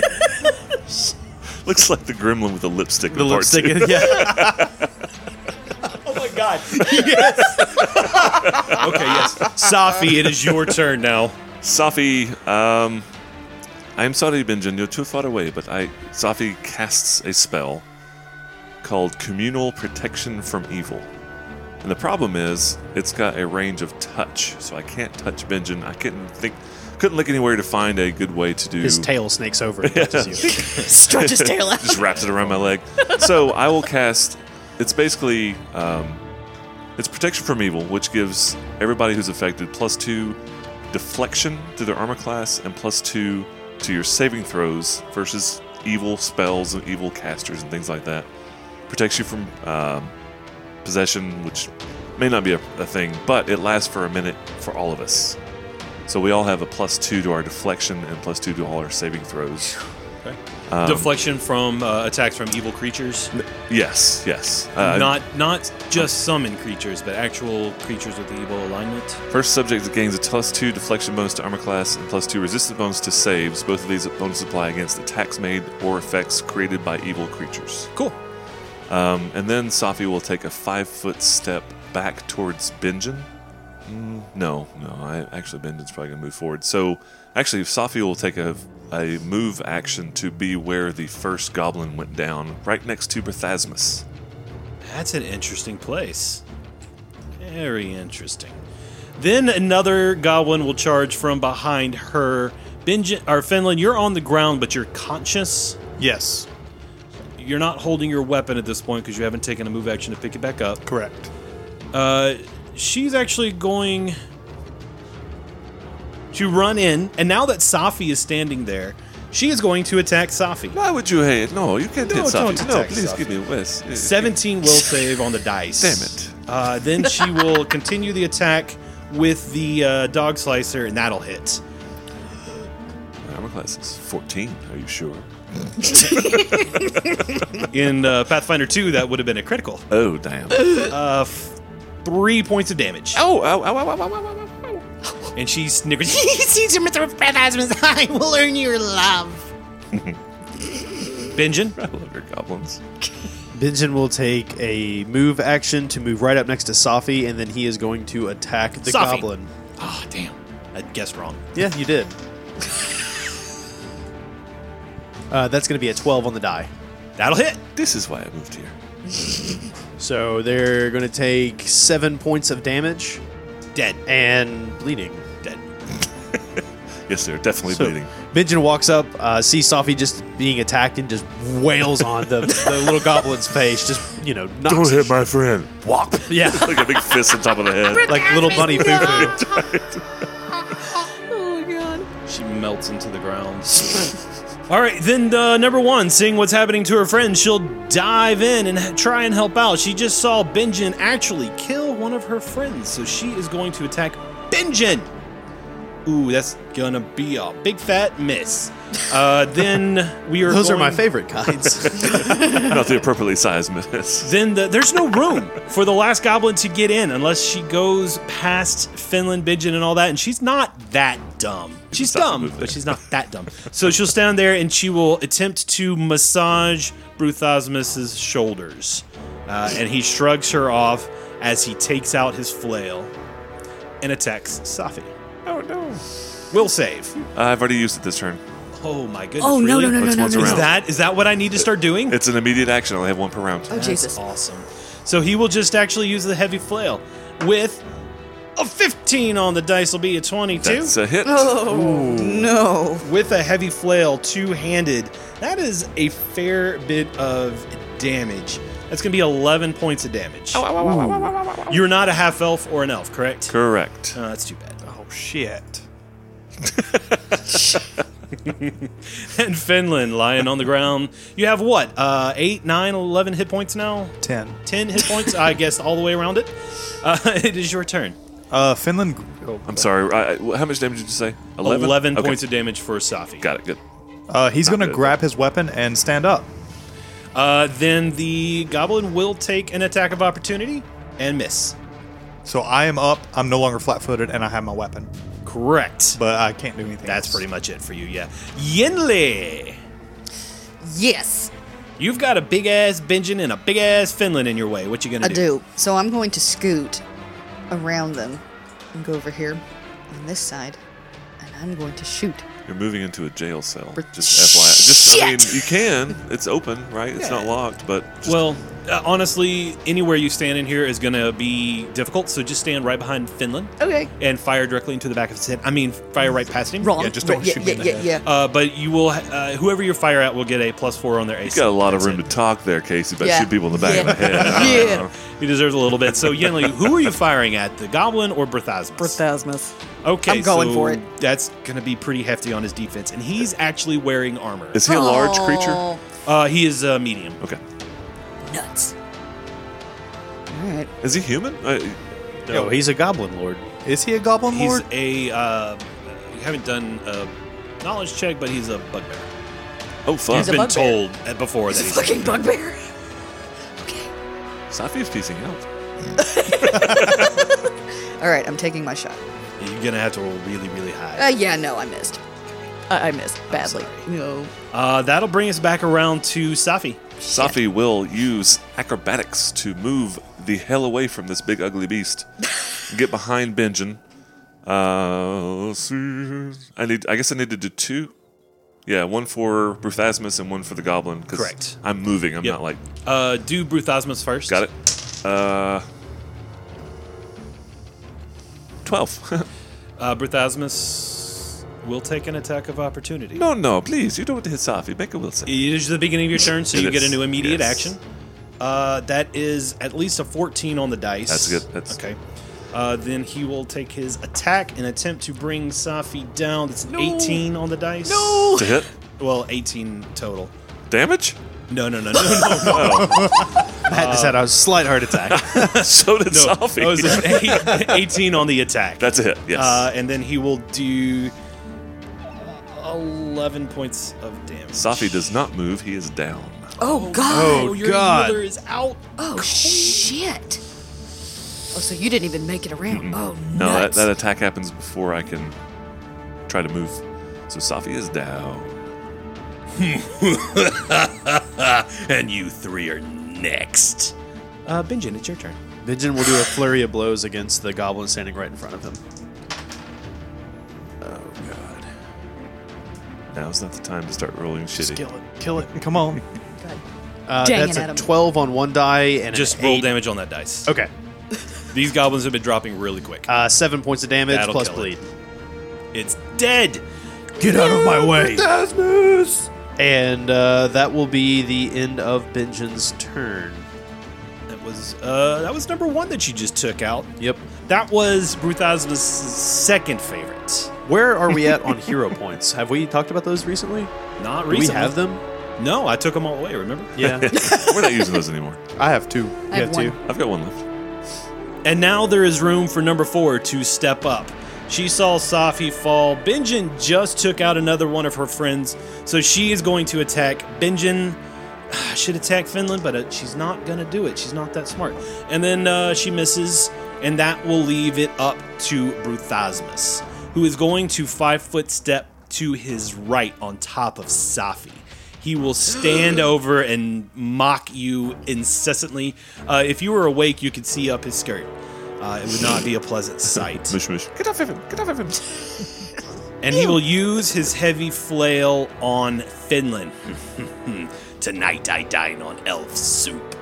A: Looks like the gremlin with the lipstick.
C: the
A: in part
C: lipstick.
A: two.
C: Yeah,
E: Oh my god. Yes. okay, yes. Safi, it is your turn now.
A: Safi, um, I'm sorry, Benjamin, you're too far away, but I Safi casts a spell called Communal Protection from Evil. And the problem is, it's got a range of touch, so I can't touch Benjamin. I couldn't think, couldn't look anywhere to find a good way to do.
B: His tail snakes over and touches you.
D: stretch his tail out.
A: just wraps it around my leg. So I will cast. It's basically um, it's protection from evil, which gives everybody who's affected plus two deflection to their armor class and plus two to your saving throws versus evil spells and evil casters and things like that. Protects you from um, possession, which may not be a, a thing, but it lasts for a minute for all of us. So we all have a plus two to our deflection and plus two to all our saving throws. Um,
E: Deflection from uh, attacks from evil creatures.
A: Yes, yes. Uh,
E: not not just summon creatures, but actual creatures with the evil alignment.
A: First subject that gains a plus two deflection bonus to armor class and plus two resistance bonus to saves. Both of these bonuses apply against attacks made or effects created by evil creatures.
E: Cool.
A: Um, and then Safi will take a five foot step back towards Benjin. Mm, no, no. I, actually, Benjin's probably going to move forward. So, actually, Safi will take a, a move action to be where the first goblin went down, right next to Berthasmus.
E: That's an interesting place. Very interesting. Then another goblin will charge from behind her. Benja- or Finland, you're on the ground, but you're conscious.
C: yes,
E: You're not holding your weapon at this point because you haven't taken a move action to pick it back up.
C: correct.
E: Uh, she's actually going to run in, and now that Safi is standing there, she is going to attack Safi.
A: Why would you hate? No, you can't hit
E: No,
A: Safi.
E: don't
A: no,
E: attack
A: please
E: Safi.
A: give me a whiz.
E: 17 will save on the dice.
A: Damn it.
E: Uh, then she will continue the attack with the uh, dog slicer, and that'll hit.
A: My armor class is 14. Are you sure?
E: In uh, Pathfinder 2, that would have been a critical.
A: Oh, damn.
E: Uh, f- three points of damage.
A: Oh, ow, ow, ow, ow, ow, ow, ow.
E: And she snickers.
F: Caesar Mithraphantasmus, I will earn your love.
E: Benjin,
A: oh. I love your goblins.
B: Benjin will take a move action to move right up next to Safi, and then he is going to attack the
E: Safi.
B: goblin.
E: Ah, damn. I guessed wrong.
B: Yeah, you did. uh, that's going to be a 12 on the die.
E: That'll hit.
A: This is why I moved here.
B: So they're going to take seven points of damage
E: Dead.
B: and bleeding.
E: Dead.
A: Yes, they're definitely
B: So
A: bleeding.
B: Benjin walks up, uh, sees Safi just being attacked, and just wails on the, the little goblin's face. Just, you know, knocks it-
A: my friend. Wop.
B: Yeah.
A: like a big fist on top of the head.
B: like little bunny poo poo.
D: Oh, God.
E: She melts into the ground. All right, then uh, number one, seeing what's happening to her friend, she'll dive in and h- try and help out. She just saw Benjin actually kill one of her friends, so she is going to attack Benjin. Ooh, that's gonna be a big fat miss. Uh, then we are.
B: Those are my
E: going-
B: favorite kinds.
A: Not the appropriately sized miss.
E: Then the, there's no room for the last goblin to get in unless she goes past Finland, Bidgen, and all that. And she's not that dumb. She's
A: Stop the
E: dumb,
A: move there.
E: but she's not that dumb. So she'll stand there and she will attempt to massage Bruthosmus's shoulders. Uh, and he shrugs her off as he takes out his flail and attacks Safi.
A: Oh no!
E: Will save.
A: I've already used it this turn.
E: Oh my goodness.
D: Oh, no,
E: really?
D: no, no,
A: That's
D: no, no,
A: what's
D: no.
E: Is
A: around.
E: that is that what I need to start doing?
A: It's an immediate action. I only have one per round.
D: Oh, Jesus.
E: Awesome. So he will just actually use the heavy flail with a 15 on the dice will be a 22.
A: That's a hit.
D: Oh, no.
E: with a heavy flail, two-handed. That is a fair bit of damage. That's going to be 11 points of damage. You're not a half elf or an elf, correct?
A: Correct.
E: Uh, that's too bad.
C: Oh shit!
E: and Finland lying on the ground. You have what? Uh, 8, 9, 11 hit points now?
C: Ten.
E: 10 hit points, I guess, all the way around it. Uh, it is your turn.
C: Uh, Finland.
A: I'm sorry. I, I- how much damage did you say?
E: 11,
A: Okay.
E: points of damage for Safi.
A: Got it. Good.
C: Uh, he's gonna
A: good.
C: grab his weapon and stand up.
E: Uh, then the goblin will take an attack of opportunity and miss.
C: So I am up. I'm no longer flat-footed, and I have my weapon,
E: Correct.
C: but I can't do anything.
E: That's
C: else.
E: pretty much it for you, yeah. Yinli,
D: Yes,
E: you've got a big ass Benjin and a big ass Finland in your way. What you gonna
D: I do. So I'm going to scoot around them and go over here on this side, and I'm going to shoot.
A: You're moving into a jail cell.
D: For-
A: Just FYI. Just I mean,
D: Shit!
A: you can. It's open, right? It's not locked, but just
E: Well, uh, honestly, anywhere you stand in here is gonna be difficult. So just stand right behind Finland
D: Okay.
E: and fire directly into the back of his head. I mean, fire right past him.
D: Wrong.
C: Yeah, just don't
D: Right,
C: shoot me
D: yeah,
C: in the
D: yeah,
C: head.
D: yeah, yeah.
E: Uh, but you will. ha- Uh, whoever you fire at will get a plus four on their AC.
A: you got a lot of
E: That's
A: room
E: it.
A: to talk there, Casey. But
D: Yeah.
A: shoot people in the back of the
D: Yeah.
A: head.
D: Yeah.
E: He deserves a little bit. So Yinli, who are you firing at? The goblin or Berthasmus?
D: Berthasmus.
E: Okay,
D: I'm going
E: so
D: for it.
E: That's gonna be pretty hefty on his defense, and he's actually wearing armor.
A: Is he a large creature?
E: Uh, he is uh, medium.
A: Okay.
D: Nuts. All right.
A: Is he human? Uh,
B: no, he's a goblin lord.
C: Is he a goblin
E: He's
C: lord?
E: a. Uh, you haven't done a knowledge check, but he's a bugbear.
A: oh fuck.
E: He's
D: He's a
E: been
D: bugbear.
E: told uh, before
D: It's
E: that
D: a fucking
E: he's
D: bugbear.
A: Safi's piecing out.
D: All right, I'm taking my shot.
E: You're gonna have to roll really, really high.
D: Uh, yeah, no, I missed. I, I missed badly. No.
E: Uh, that'll bring us back around to Safi.
A: Safi will use acrobatics to move the hell away from this big ugly beast. Get behind Benjin. Uh, let's see. I need. I guess I need to do two. Yeah, one for Bruthasmus and one for the Goblin. 'cause
E: Correct.
A: I'm moving. I'm
E: Yep.
A: not like
E: Uh, do Bruthasmus first.
A: got it. Uh, Twelve.
E: Uh, Bruthasmus will take an attack of opportunity.
A: no, no, please. You don't want to hit Safi. Make a Wilson.
E: It is the beginning of your turn, so
A: It
E: you get a
A: is,
E: new immediate
A: yes.
E: action. Uh, that is at least a 14 on the dice.
A: That's good, that's-
E: okay. Uh, then he will take his attack and attempt to bring Safi down. That's an 18 on the dice. No.
A: To hit
E: Well, 18 total.
A: damage.
E: No, no, no, no, no. no.
B: Pat just had a slight heart attack.
A: so did
E: no.
A: Safi.
E: That was an eight- 18 on the attack.
A: That's a hit. Yes.
E: Uh, and then he will do 11 points of damage.
A: Safi does not move. He is down.
D: Oh God.
E: Oh, your
B: God.
E: healer is out.
D: Oh, shit. Oh, so you didn't even make it around. Oh
A: No, that,
D: nuts.
A: that attack happens before I can try to move. So Safi is down.
E: And you three are next. Uh, Benjin, it's your turn.
B: Vigin will do a flurry of blows against the goblin standing right in front of him.
A: Now's not the time to start rolling shitty.
B: Kill it.
C: Kill it. Come on.
B: Uh,
D: Dang it,
B: that's a
D: Adam.
B: 12 on one die and
E: Just
B: an
E: roll
B: eight-
E: damage on that dice.
B: Okay.
E: These goblins have been dropping really quick.
B: Uh, seven points of damage
E: That'll
B: plus
E: kill
B: bleed.
E: it. It's dead.
B: Get out of my way. And uh, that will be the end of Benjin's turn.
E: That was uh, that was number one that you just took out.
B: Yep.
E: That was Bruthasma's second favorite.
B: Where are we at on hero points? Have we talked about those recently?
E: Not
B: Do we
E: recently.
B: have them?
E: No, I took them all away. Remember?
B: Yeah.
A: We're not using those anymore.
C: I have two.
D: I have
C: You
D: one.
A: I've got one left.
E: And now there is room for number four to step up. She saw Safi fall. Benjin just took out another one of her friends, so she is going to attack Benjin. "Ah, Should attack Finland, but uh, she's not gonna do it. She's not that smart. And then uh, she misses, and that will leave it up to Bruthasmus, who is going to five foot step to his right on top of Safi. He will stand over and mock you incessantly. Uh, if you were awake, you could see up his skirt. Uh, it would not be a pleasant sight.
A: Mush mush.
F: Get off of him. Get off of him.
E: And he will use his heavy flail on Finland. Tonight I dine on elf soup.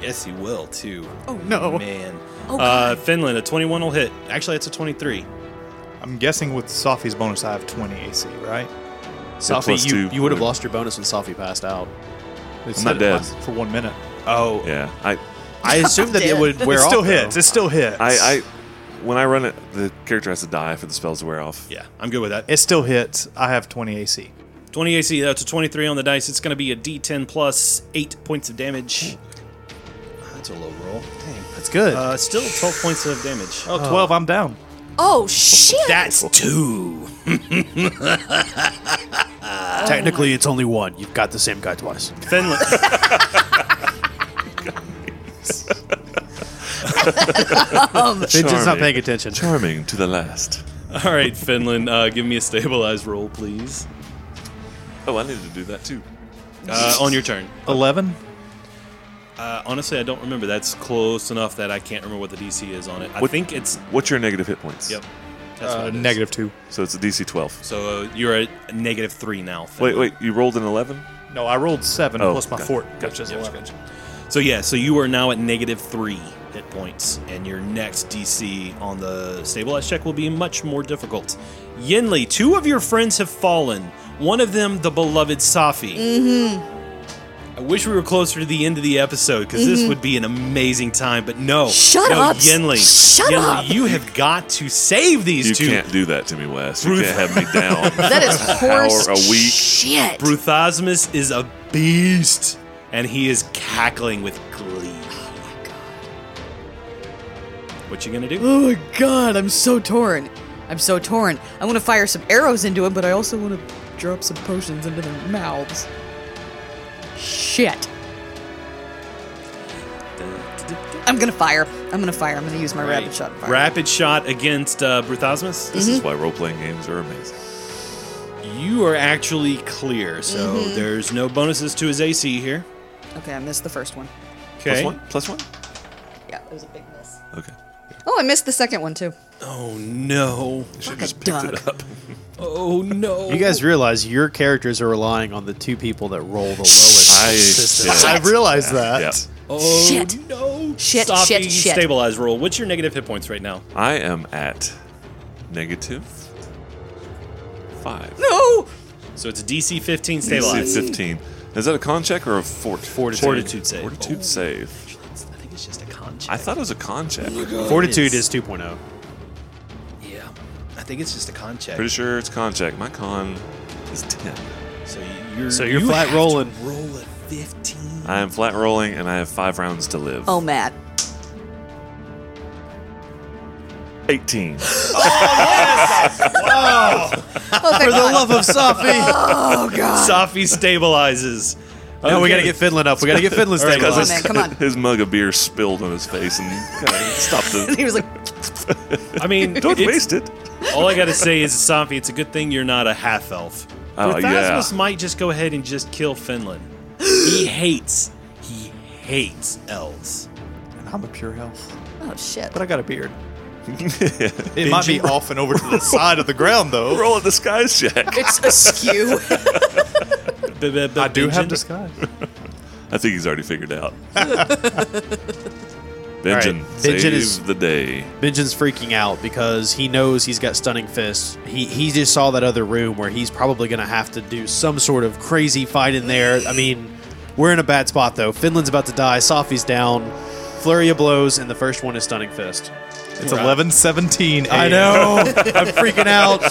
E: Yes, he will too.
D: Oh no.
E: Man.
D: Oh,
E: uh, Finland, a 21 will hit. Actually, it's a 23.
C: I'm guessing with Safi's bonus, I have 20 AC, right?
A: plus
B: Safi, you,
A: two
B: you would have
A: would-
B: lost your bonus when Safi passed out.
C: They said
A: not
C: it
A: dead.
C: lasted For one minute.
E: Oh,
A: Yeah. I,
B: I assumed that it
D: Dead.
B: would wear
C: it
B: off.
C: still
B: though.
C: hits. It still hits.
A: I, I, when I run it, the character has to die for the spells to wear off.
E: yeah. I'm good with that.
C: it still hits. I have 20 AC.
E: 20 AC, that's a 23 on the dice. It's going to be a D10 plus 8 points of damage. That's a low roll.
B: That's good.
E: Uh, still 12 points of damage.
C: Oh, 12. I'm down.
D: Oh shit.
E: That's two.
B: Technically, it's only one. You've got the same guy twice.
E: Finland.
B: Vincen's not
A: Charming.
B: paying attention.
A: Charming to the last.
E: All right, Finland, uh, give me a stabilized roll, please.
A: Oh, I needed to do that too.
E: Uh, on your turn.
C: 11.
E: Uh, honestly, I don't remember. That's close enough that I can't remember what the DC is on it. I
A: What-
E: think it's.
A: What's your negative hit points?
E: Yep. That's what
C: Uh,
E: it is.
C: negative 2.
A: So it's a DC 12.
E: So uh, you're at negative three now. Finland.
A: Wait, wait. You rolled an 11?
C: No, I rolled 7
A: Oh,
C: plus my
A: got it.
C: 4, which is
E: Gotcha,
C: 11.
E: So yeah, so you are now at negative three hit points, and your next DC on the stabilize check will be much more difficult. Yinli, two of your friends have fallen. One of them, the beloved Safi. Mm-hmm. I wish we were closer to the end of the episode because this would be an amazing time. But no,
D: Mm-hmm. Shut
E: no,
D: up.
E: Yinli,
D: Shut
E: Yinli,
D: up.
E: You have got to save these
A: You
E: 2
A: can't do that to me, Wes. You can't have me down.
D: That is
A: Hour
D: horse
A: a week.
D: shit.
E: Bruthasmus is a beast, and he is cackling with glee. What you gonna do?
D: Oh my god, I'm so torn. I'm so torn. I want to fire some arrows into him, but I also want to drop some potions into their mouths. Shit. I'm gonna fire. I'm gonna fire. I'm gonna use my rapid shot and fire.
E: Rapid shot against uh, Bruthasmus.
A: This is why role playing games are amazing.
E: You are actually clear, so there's no bonuses to his AC here.
D: okay, I missed the first one.
A: Plus
E: Okay.
A: one? Plus one?
D: Yeah, that was a big miss.
A: Okay.
D: Oh, I missed the second one too.
E: Oh no.
A: You should have
D: Like a duck.
E: Oh no.
B: You guys realize your characters are relying on the two people that roll the lowest.
A: I,
C: I realized that.
A: yeah.
E: Oh
D: Shit.
E: no.
D: Shit,
E: Stop
D: shit,
E: the
D: shit.
E: Stabilize roll. What's your negative hit points right now?
A: I am at negative five.
D: No.
E: So it's a DC 15
A: DC
E: stabilize.
A: 15. Is that a con check or a fort? Fortitude,
E: Fortitude save.
A: Fortitude save.
E: I think it's just a con check.
A: I thought it was a con check.
B: Fortitude is oh. 2.0.
E: Yeah. I think it's just a con check.
A: Pretty sure it's con check. My con is 10.
E: So you're
B: So you're
E: you
B: flat
E: have to
B: rolling.
E: roll a 15.
A: I am flat rolling and I have five rounds to live.
D: Oh, Matt.
A: 18.
D: Oh, thank God.
B: Love of Safi.
D: oh God.
E: Safi stabilizes.
B: no, we
E: Okay.
B: gotta get Finland up. We gotta get Finland
E: All right,
B: stabilized.
A: his,
D: man, come on.
A: his mug of beer spilled on his face and kinda stopped the.
D: he was like,
E: I mean,
A: Don't
E: it's-
A: waste it.
E: All I gotta say is, Safi, it's a good thing you're not a half elf.
A: Oh,
E: Berthasmus
A: yeah.
E: might just go ahead and just kill Finland. he hates, he hates elves.
C: And I'm a pure health.
D: oh shit.
C: But I got a beard. It might be off and over to the side of the ground, though.
A: Roll a disguise check.
D: It's askew.
C: I do have disguise.
A: I think he's already figured out. Benjin,
B: All right.
A: save
B: Benjin is-
A: the day.
B: Benjin's freaking out because he knows he's got stunning fists. He he just saw that other room where he's probably going to have to do some sort of crazy fight in there. I mean, we're in a bad spot though. Finland's about to die. Safi's down. Flurry of blows, and the first one is stunning fist.
C: It's 11 17.
B: I know. I'm freaking out.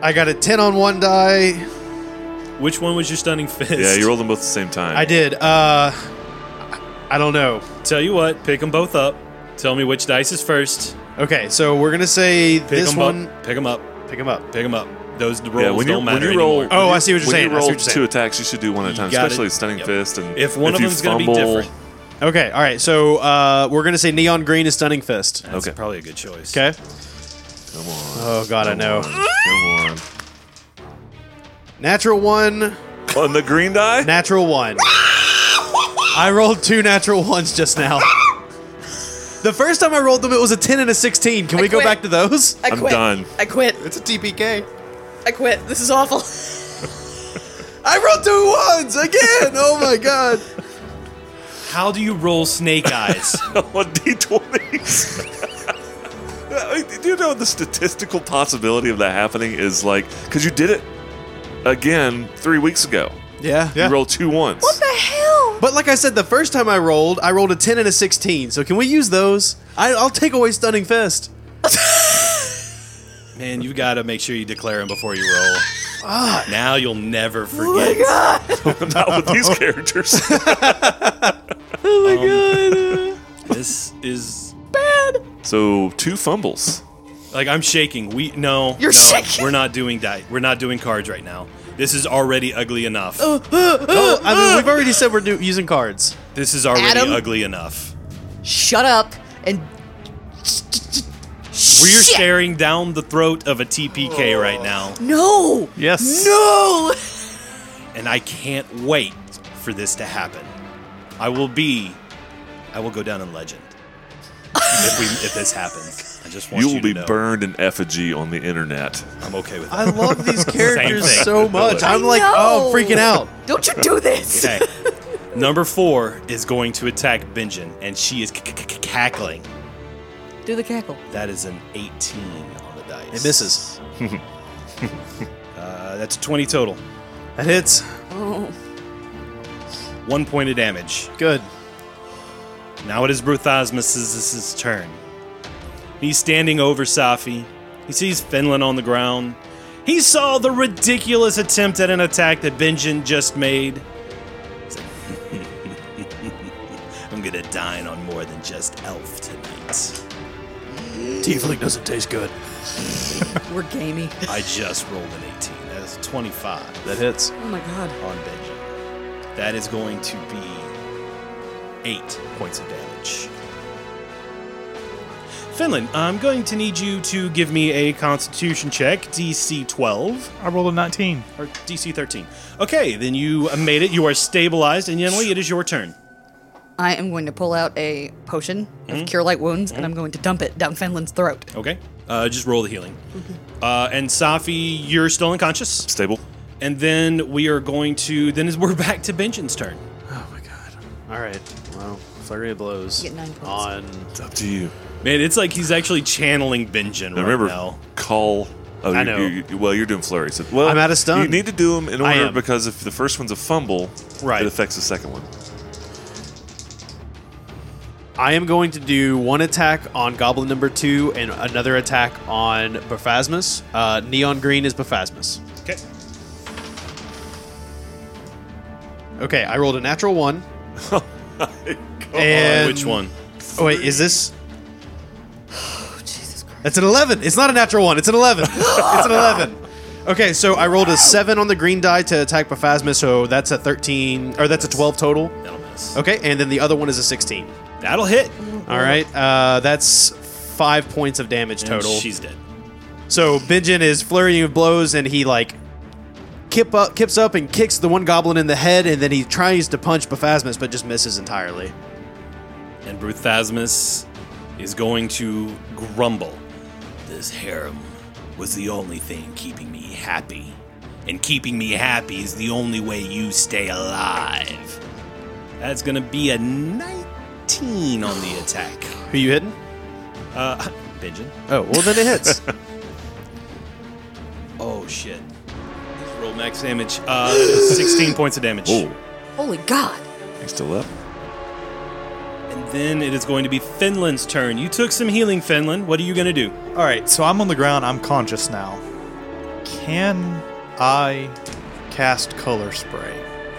B: I got a ten on one die.
E: Which one was your stunning fist?
A: Yeah, you rolled them both at the same time.
B: I did. Uh, I don't know.
E: Tell you what, pick them both up. Tell me which dice is first.
B: Okay, so we're gonna say
E: Pick
B: this
E: 'em
B: one.
E: up. Pick them up.
B: Pick him up.
E: Pick them up. Those d- rolls
A: Yeah, when you
E: don't
A: when
E: matter
A: you roll,
E: anymore.
B: Oh, I see what you're
A: when
B: saying.
A: you
B: I see
A: roll
B: what you're saying.
A: two attacks, you should do one at a time,
E: got
A: especially
E: it.
A: stunning
E: Yep.
A: fist and
E: If one of
A: you
E: them's gonna be
A: fumble-
E: different.
B: Okay, all right. So uh, we're gonna say neon green is stunning fist.
E: That's
A: Okay.
E: probably a good choice.
B: Okay.
A: Come on.
B: Oh god, I know.
A: Come on.
B: Natural one,
A: On the green die?
B: natural one. I rolled two natural ones just now. The first time I rolled them, it was a ten and a sixteen. Can
D: I
B: we go
D: quit.
B: back to those?
D: I
A: I'm
D: quit.
A: done.
D: I quit.
C: It's a TPK.
D: I quit. This is awful.
B: I rolled two ones again. Oh my god.
E: How do you roll snake eyes?
A: on d20s. I mean, Do you know the statistical possibility of that happening is like because you did it again three weeks ago.
B: Yeah.
C: Yeah.
A: You rolled two ones.
D: the hell?
B: But like I said, the first time I rolled, I rolled a ten and a sixteen. So can we use those? I, I'll take away stunning fist.
E: Man, you got to make sure you declare them before you roll.
D: Ah.
E: Now you'll never forget.
A: Not with these characters.
E: This is
A: so two fumbles.
E: like I'm shaking. We no,
D: You're
E: no,
D: shaking.
E: We're not doing dice. We're not doing cards right now. This is already ugly enough.
D: Uh,
B: Oh, I mean, we've already said we're do- using cards.
E: This is already
D: Adam.
E: ugly enough.
D: Shut up and.
E: We're
D: Shit. Oh.
E: staring down the throat of a TPK right now,
D: No.
C: Yes.
D: No.
E: and I can't wait for this to happen. I will be, I will go down in legend if we if this happens. I just want
A: You
E: you,
A: will be
E: to know
A: burned in effigy on the internet.
E: I'm okay with
B: I
E: that.
B: love these characters
E: thing.
B: so much. I'm
D: I
B: like, oh,
D: know.
B: I'm freaking out.
D: Don't you do this.
E: Okay. Number four is going to attack Benjin, and she is c- c- c- cackling.
D: Do the cackle.
E: That is an 18 on the dice.
B: It misses.
E: Uh, that's a 20 total.
B: That hits.
D: Oh.
E: One point of damage.
B: Good.
E: Now it is Bruthosmus's turn. He's standing over Safi. He sees Finland on the ground. He saw the ridiculous attempt at an attack that Benjin just made. He's like, I'm gonna dine on more than just elf tonight.
B: Tiefling doesn't taste good.
D: We're gamey.
E: I just rolled an 18. That is a 25
B: That hits.
D: Oh my god.
E: on Benjin. That is going to be eight points of damage. Finland, I'm going to need you to give me a Constitution check, DC 12
C: I rolled a 19.
E: or DC 13. Okay, then you uh, made it. You are stabilized, and Yenli, it is your turn.
D: I am going to pull out a potion
C: Hmm?
D: of cure light wounds and I'm going to dump it down Fenlin's throat.
E: Okay, uh, just roll the healing. Uh, and Safi, you're still unconscious,
A: Stable.
E: and then we are going to. Then is we're back to Benjin's turn.
B: Oh my god. All right. Well, flurry of blows.
D: You get nine points.
B: On.
A: It's up to you.
E: Man, it's like he's actually channeling Benjin
A: Now
E: right
A: remember,
E: now.
A: call. Oh,
B: I
A: you-
B: know.
A: you- you- well, you're doing flurry. So, well,
B: I'm out of stun.
A: You need to do them in
B: I
A: order
B: am.
A: because if the first one's a fumble,
E: Right.
A: it affects the second one.
B: I am going to do one attack on Goblin number two and another attack on Baphasmus. Uh, neon green is Baphasmus.
E: Okay.
B: Okay, I rolled a natural one.
E: Uh,
B: and
E: which one?
B: Oh, wait, is this?
D: Oh, Jesus Christ.
B: That's an 11. It's not a natural one. It's an 11. it's an 11. Okay, so I rolled a 7 on the green die to attack Baphasma, so that's a 13, or that's a 12 total.
E: That'll miss.
B: Okay, and then the other one is a 16.
E: That'll hit.
B: All right, uh, that's 5 points of damage
E: And
B: total.
E: she's dead.
B: So Benjin is flurrying of blows, and he, like, kip up, kips up and kicks the one goblin in the head, and then he tries to punch Baphasmus, but just misses entirely.
E: And Bruthasmus is going to grumble. This harem was the only thing keeping me happy. And keeping me happy is the only way you stay alive. That's gonna be a 19 on the attack.
B: Who you hitting?
E: Uh, Benjin.
B: Oh, well, then it hits.
E: Oh shit. Let's Roll max damage. Uh, that is 16 points of damage.
A: Oh,
D: Holy god.
A: he's still up.
E: And then it is going to be Finland's turn. You took some healing, Finland. What are you gonna do?
C: All right, so I'm on the ground. I'm conscious now. Can I cast color spray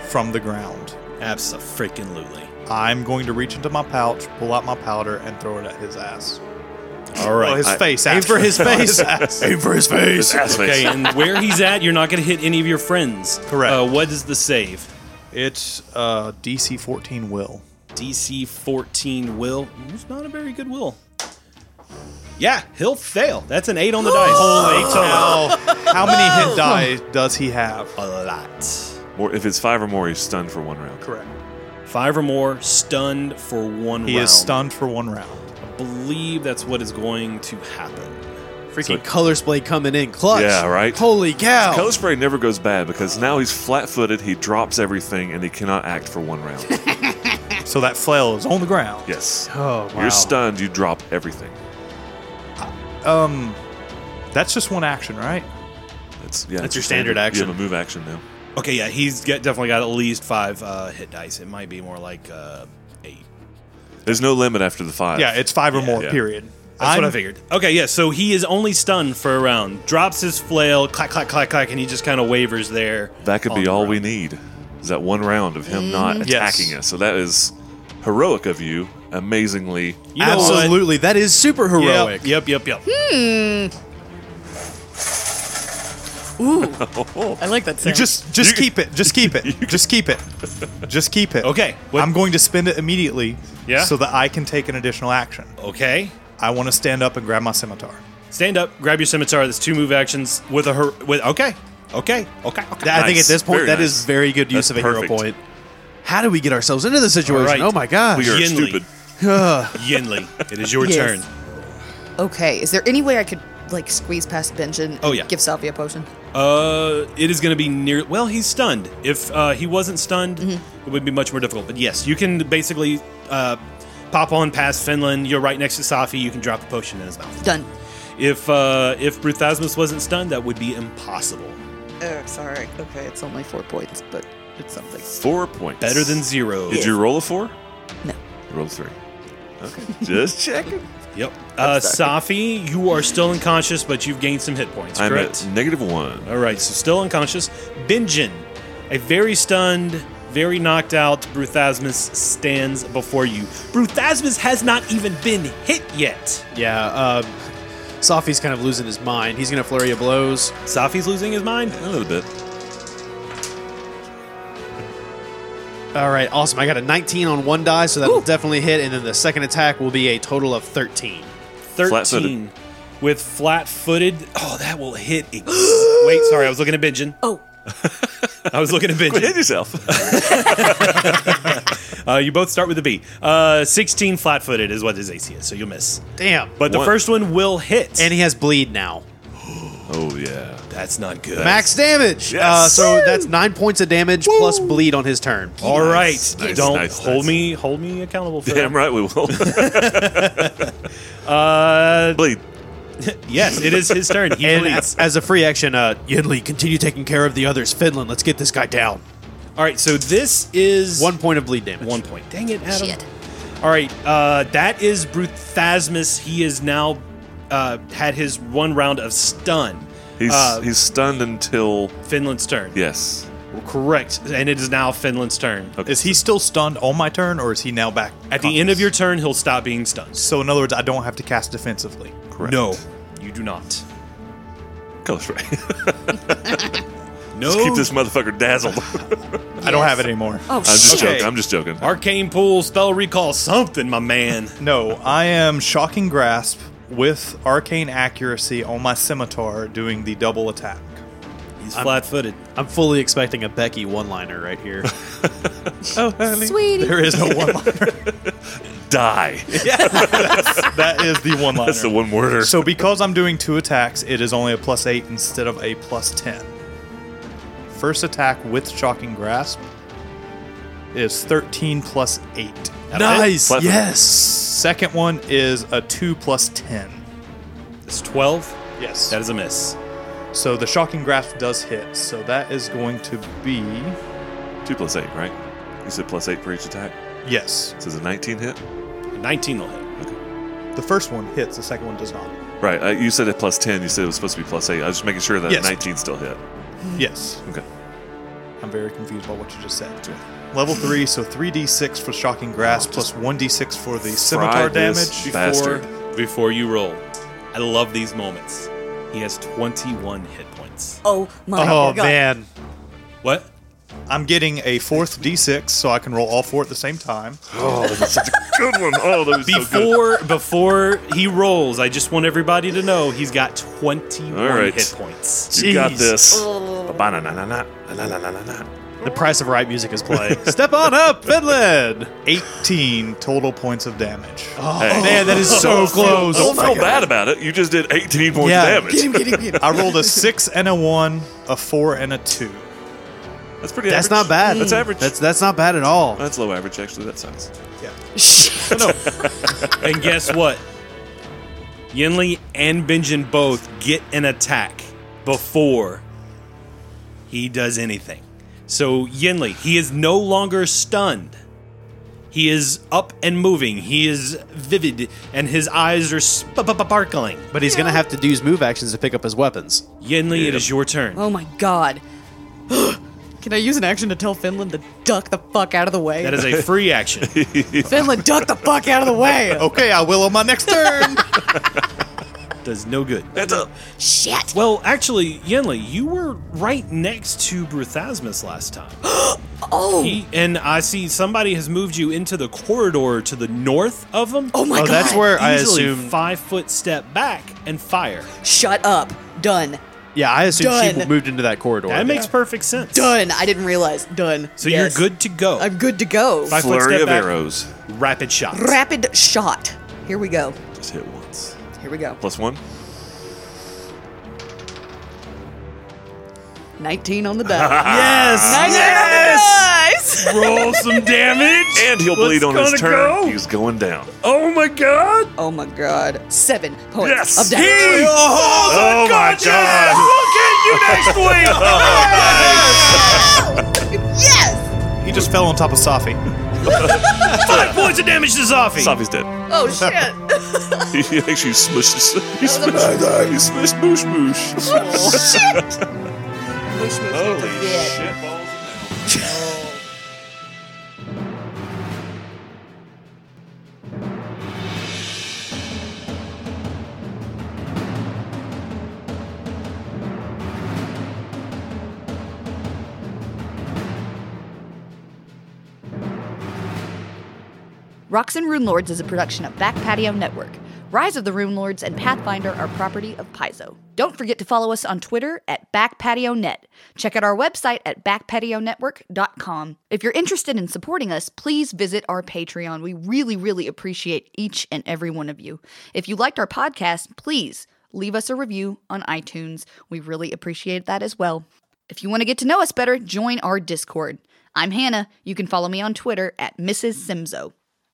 C: from the ground?
E: Absolutely.
C: I'm going to reach into my pouch, pull out my powder, and throw it at his ass.
E: All
C: Well, his
A: I-
C: face.
E: Aim for his face.
B: Aim for his face.
A: Ass face.
E: Okay, and where he's at, you're not going to hit any of your friends.
C: Correct.
E: Uh, what is the save?
C: It's uh, DC 14 will.
E: DC 14 will. It's not a very good will. Yeah, he'll fail. That's an eight on the dice. Holy
C: Oh, how many hit die does he have?
E: A lot.
A: More, if it's five or more, he's stunned for one round.
C: Correct.
E: Five or more, stunned for one
C: He
E: round.
C: is stunned for one round.
E: I believe that's what is going to happen.
B: Freaking color spray coming in clutch.
A: Yeah, right?
B: Holy cow.
A: Color spray never goes bad because now he's flat-footed. He drops everything, and he cannot act for one round.
C: So that flail is on the ground.
A: yes.
B: oh, wow.
A: You're stunned. You drop everything.
C: Um, that's just one action, right?
A: That's yeah.
B: That's
A: it's
B: your standard action.
A: You have a move action now.
E: Okay, yeah, he's got, definitely got at least five uh, hit dice. It might be more like uh, eight.
A: There's no limit after the five.
C: Yeah, it's five or more.
A: yeah.
C: Period.
E: That's what I
C: I'm-
E: figured. Okay, yeah, so he is only stunned for a round. Drops his flail, clack, clack, clack, clack, and he just kind of wavers there.
A: That could
E: on
A: be
E: the
A: all we
E: round.
A: need. Is that one round of him not
C: Yes.
A: attacking us? So that is heroic of you. Amazingly,
E: You know what?
B: Absolutely. That is super heroic.
E: Yep, yep, yep. yep.
D: Ooh, I like that sound.
C: You just, just keep it. Just keep it. just keep it. Just keep it.
E: Okay, what-
C: I'm going to spend it immediately.
E: Yeah?
C: So that I can take an additional action.
E: Okay.
C: I want to stand up and grab my scimitar.
E: Stand up, grab your scimitar. That's two move actions with a her. With okay, okay, okay, okay.
B: I think at
A: Nice.
B: this point,
A: Very
B: that
A: nice.
B: is very good use
A: That's
B: of a
A: perfect.
B: hero point. How do we get ourselves into this situation?
E: All right.
B: Oh my gosh.
A: we are
E: Yinli.
A: stupid.
E: Yinli, it is your
D: Yes.
E: turn.
D: okay, is there any way I could like squeeze past Benjen? and
E: Oh, yeah.
D: Give Salvia a potion.
E: Uh, it is going to be near. Well, he's stunned. If uh, he wasn't stunned, it would be much more difficult. But yes, you can basically uh, pop on past Finland. You're right next to Safi. You can drop a potion in his mouth.
D: Done.
E: If uh, if Bruthasmus wasn't stunned, that would be impossible.
D: Oh, sorry. Okay, it's only four points, but it's something.
A: Four points.
E: Better than zero.
A: Did you roll a four?
D: No.
A: Roll a three. Okay. Just
D: Oh,
A: checking.
E: Yep. Uh, Safi, you are still unconscious, but you've gained some hit points.
A: I'm
E: correct.
A: at negative one.
E: All right, so still unconscious. Bingen, a very stunned, very knocked out Bruthasmus stands before you. Bruthasmus has not even been hit yet.
B: Yeah, uh, Safi's kind of losing his mind. He's going to flurry of blows.
E: Safi's losing his mind.
A: A little bit.
B: All right, awesome. I got a 19 on one die, so that'll definitely hit. And then the second attack will be a total of 13.
E: 13
A: Flat-footed.
E: with flat footed. Oh, that will hit. ex- Wait, sorry, I was looking at Bingen.
D: Oh,
E: I was looking at
A: Hit
E: Bingen.
A: yourself.
E: Uh, you both start with a B. Uh, 16 flat footed is what his AC is, so you'll miss.
B: Damn.
E: But the
A: One.
E: first one will hit.
B: and he has bleed now.
A: oh yeah.
E: that's not good.
B: Max damage.
A: Yes.
B: Uh, so that's nine points of damage plus bleed on his turn.
E: All right,
A: Nice, nice,
E: don't
A: nice,
E: hold
A: nice.
E: me hold me accountable for that.
A: Damn right we will.
E: Uh,
A: Bleed.
E: yes, it is his turn. He
B: And
E: bleeds.
B: as a free action, uh, Yinli, continue taking care of the others. Finland, let's get this guy down.
E: All right, so this is
B: One point of bleed damage.
E: one point. Dang it, Adam.
D: shit.
E: All right, uh, that is Bruthasmus. He is now uh, had his one round of stun.
A: He's
E: Uh,
A: he's stunned until
E: Finland's turn.
A: yes.
E: Correct, and it is now Finland's turn.
A: Okay.
C: Is he still stunned on my turn, or is he now back
E: At the end of your turn, he'll stop being stunned.
C: So in other words, I don't have to cast defensively.
A: Correct.
E: No, you do not.
A: Color spray.
E: No.
A: Just keep this motherfucker dazzled.
C: I don't have it anymore.
D: Oh,
A: I'm just
D: shit.
C: Uh, Okay.
A: joking. I'm just joking.
E: Arcane pool, spell recall, something, my man.
C: No, I am shocking grasp with arcane accuracy on my scimitar, doing the double attack.
E: He's flat-footed.
B: I'm fully expecting a Becky one liner right here.
E: Oh,
D: Sweetie.
C: There is no one liner.
A: Die.
C: that is the one liner.
A: That's the one worder.
C: So because I'm doing two attacks, it is only a plus eight instead of a plus ten. First attack with shocking grasp is thirteen plus eight.
B: nice.
A: Flat-
B: Yes.
C: Second one is a two plus ten.
E: It's twelve.
C: Yes.
E: That is a miss.
C: So the shocking grasp does hit. So that is going to be
A: Two plus eight, right? You said plus eight for each attack.
C: yes.
A: This is a 19 hit.
E: Nineteen will hit.
C: The first one hits. The second one does not.
A: Right. Uh, you said it plus 10. You said it was supposed to be plus eight. I was just making sure that
C: Yes.
A: 19 still hit.
C: Yes.
A: Okay.
C: I'm very confused by what you just said. Level three, so three d six for shocking grasp plus one d six for the
A: Fry
C: scimitar
A: this
C: damage.
A: Bastard.
G: Before, before you roll, I love these moments. He has 21 hit points.
D: Oh my
C: Oh
D: god.
C: man,
G: What?
C: I'm getting a fourth d six, so I can roll all four at the same time.
A: Oh, that was such a good one. Oh, that was so good.
E: Before before he rolls, I just want everybody to know he's got 21
A: All right.
E: hit points.
A: You got
B: Jeez.
A: this. Ba-ba-na-na-na-na, na-na-na-na-na.
B: The price of right music is playing. Step on up, Finland.
C: Eighteen total points of damage.
A: Hey.
B: Man, that is so close.
A: Don't feel bad about it. You just did 18 points
C: Yeah.
A: of damage.
C: I rolled a six and a one, a four and a two.
A: That's pretty.
B: That's
A: average.
B: not bad.
A: That's average. Uh,
B: That's that's not bad at all.
A: That's low average actually. That sucks.
E: And guess what? Yinli and Benjin both get an attack before he does anything. So Yinli, he is no longer stunned. He is up and moving. He is vivid, and his eyes are sparkling.
B: But he's gonna have to use move actions to pick up his weapons.
E: Yinli, it is your turn.
D: Oh my god. Can I use an action to tell Finland to duck the fuck out of the way?
E: That is a free action.
D: Finland, duck the fuck out of the way.
B: Oh.
C: Okay, I will on my next turn.
E: Does no good.
A: That's a
D: Shit.
E: Well, actually, Yenli, you were right next to Bruthasmus last time.
D: Oh.
E: He, and I see somebody has moved you into the corridor to the north of him.
D: oh my
B: Oh,
D: god.
B: that's where I
E: Easily
B: assume.
E: five foot step back and fire.
D: Shut up. Done.
B: Yeah, I assume she
D: Done.
B: moved into that corridor.
E: That makes perfect sense.
D: Done. I didn't realize. Done.
E: So
D: Yes.
E: you're good to go.
D: I'm good to go.
E: Five foot
A: flurry
E: step
A: of
E: back,
A: arrows.
E: Rapid shots.
D: Rapid shot. Here we go.
A: Just hit once.
D: Here we go.
A: Plus one.
D: 19 on the die.
E: Ah. yes.
D: 19 yes! on the dice!
E: Roll some damage.
A: And he'll
E: Let's
A: bleed on his
E: gonna
A: turn.
E: go.
A: He's going down.
E: Oh my god.
D: Oh my god. Seven points
A: Yes!
D: of damage.
A: He-
D: Oh!
A: Oh, my
E: Yes.
A: god.
E: We'll get you next week.
D: Yes!
C: he just fell on top of Safi.
E: Five points of damage to Zoffy.
A: Sophie's dead.
D: Oh shit.
A: he actually smushed. He smushed. He smushed. Moosh moosh.
D: Oh, shit!
A: Holy
D: Yeah.
A: shit balls.
H: Rocks and Rune Lords is a production of Back Patio Network. Rise of the Rune Lords and Pathfinder are property of Paizo. Don't forget to follow us on Twitter at BackpatioNet. Check out our website at backpationetwork.com. If you're interested in supporting us, please visit our Patreon. We really, really appreciate each and every one of you. If you liked our podcast, please leave us a review on iTunes. We really appreciate that as well. If you want to get to know us better, join our Discord. I'm Hannah. You can follow me on Twitter at Mrs. Simzo.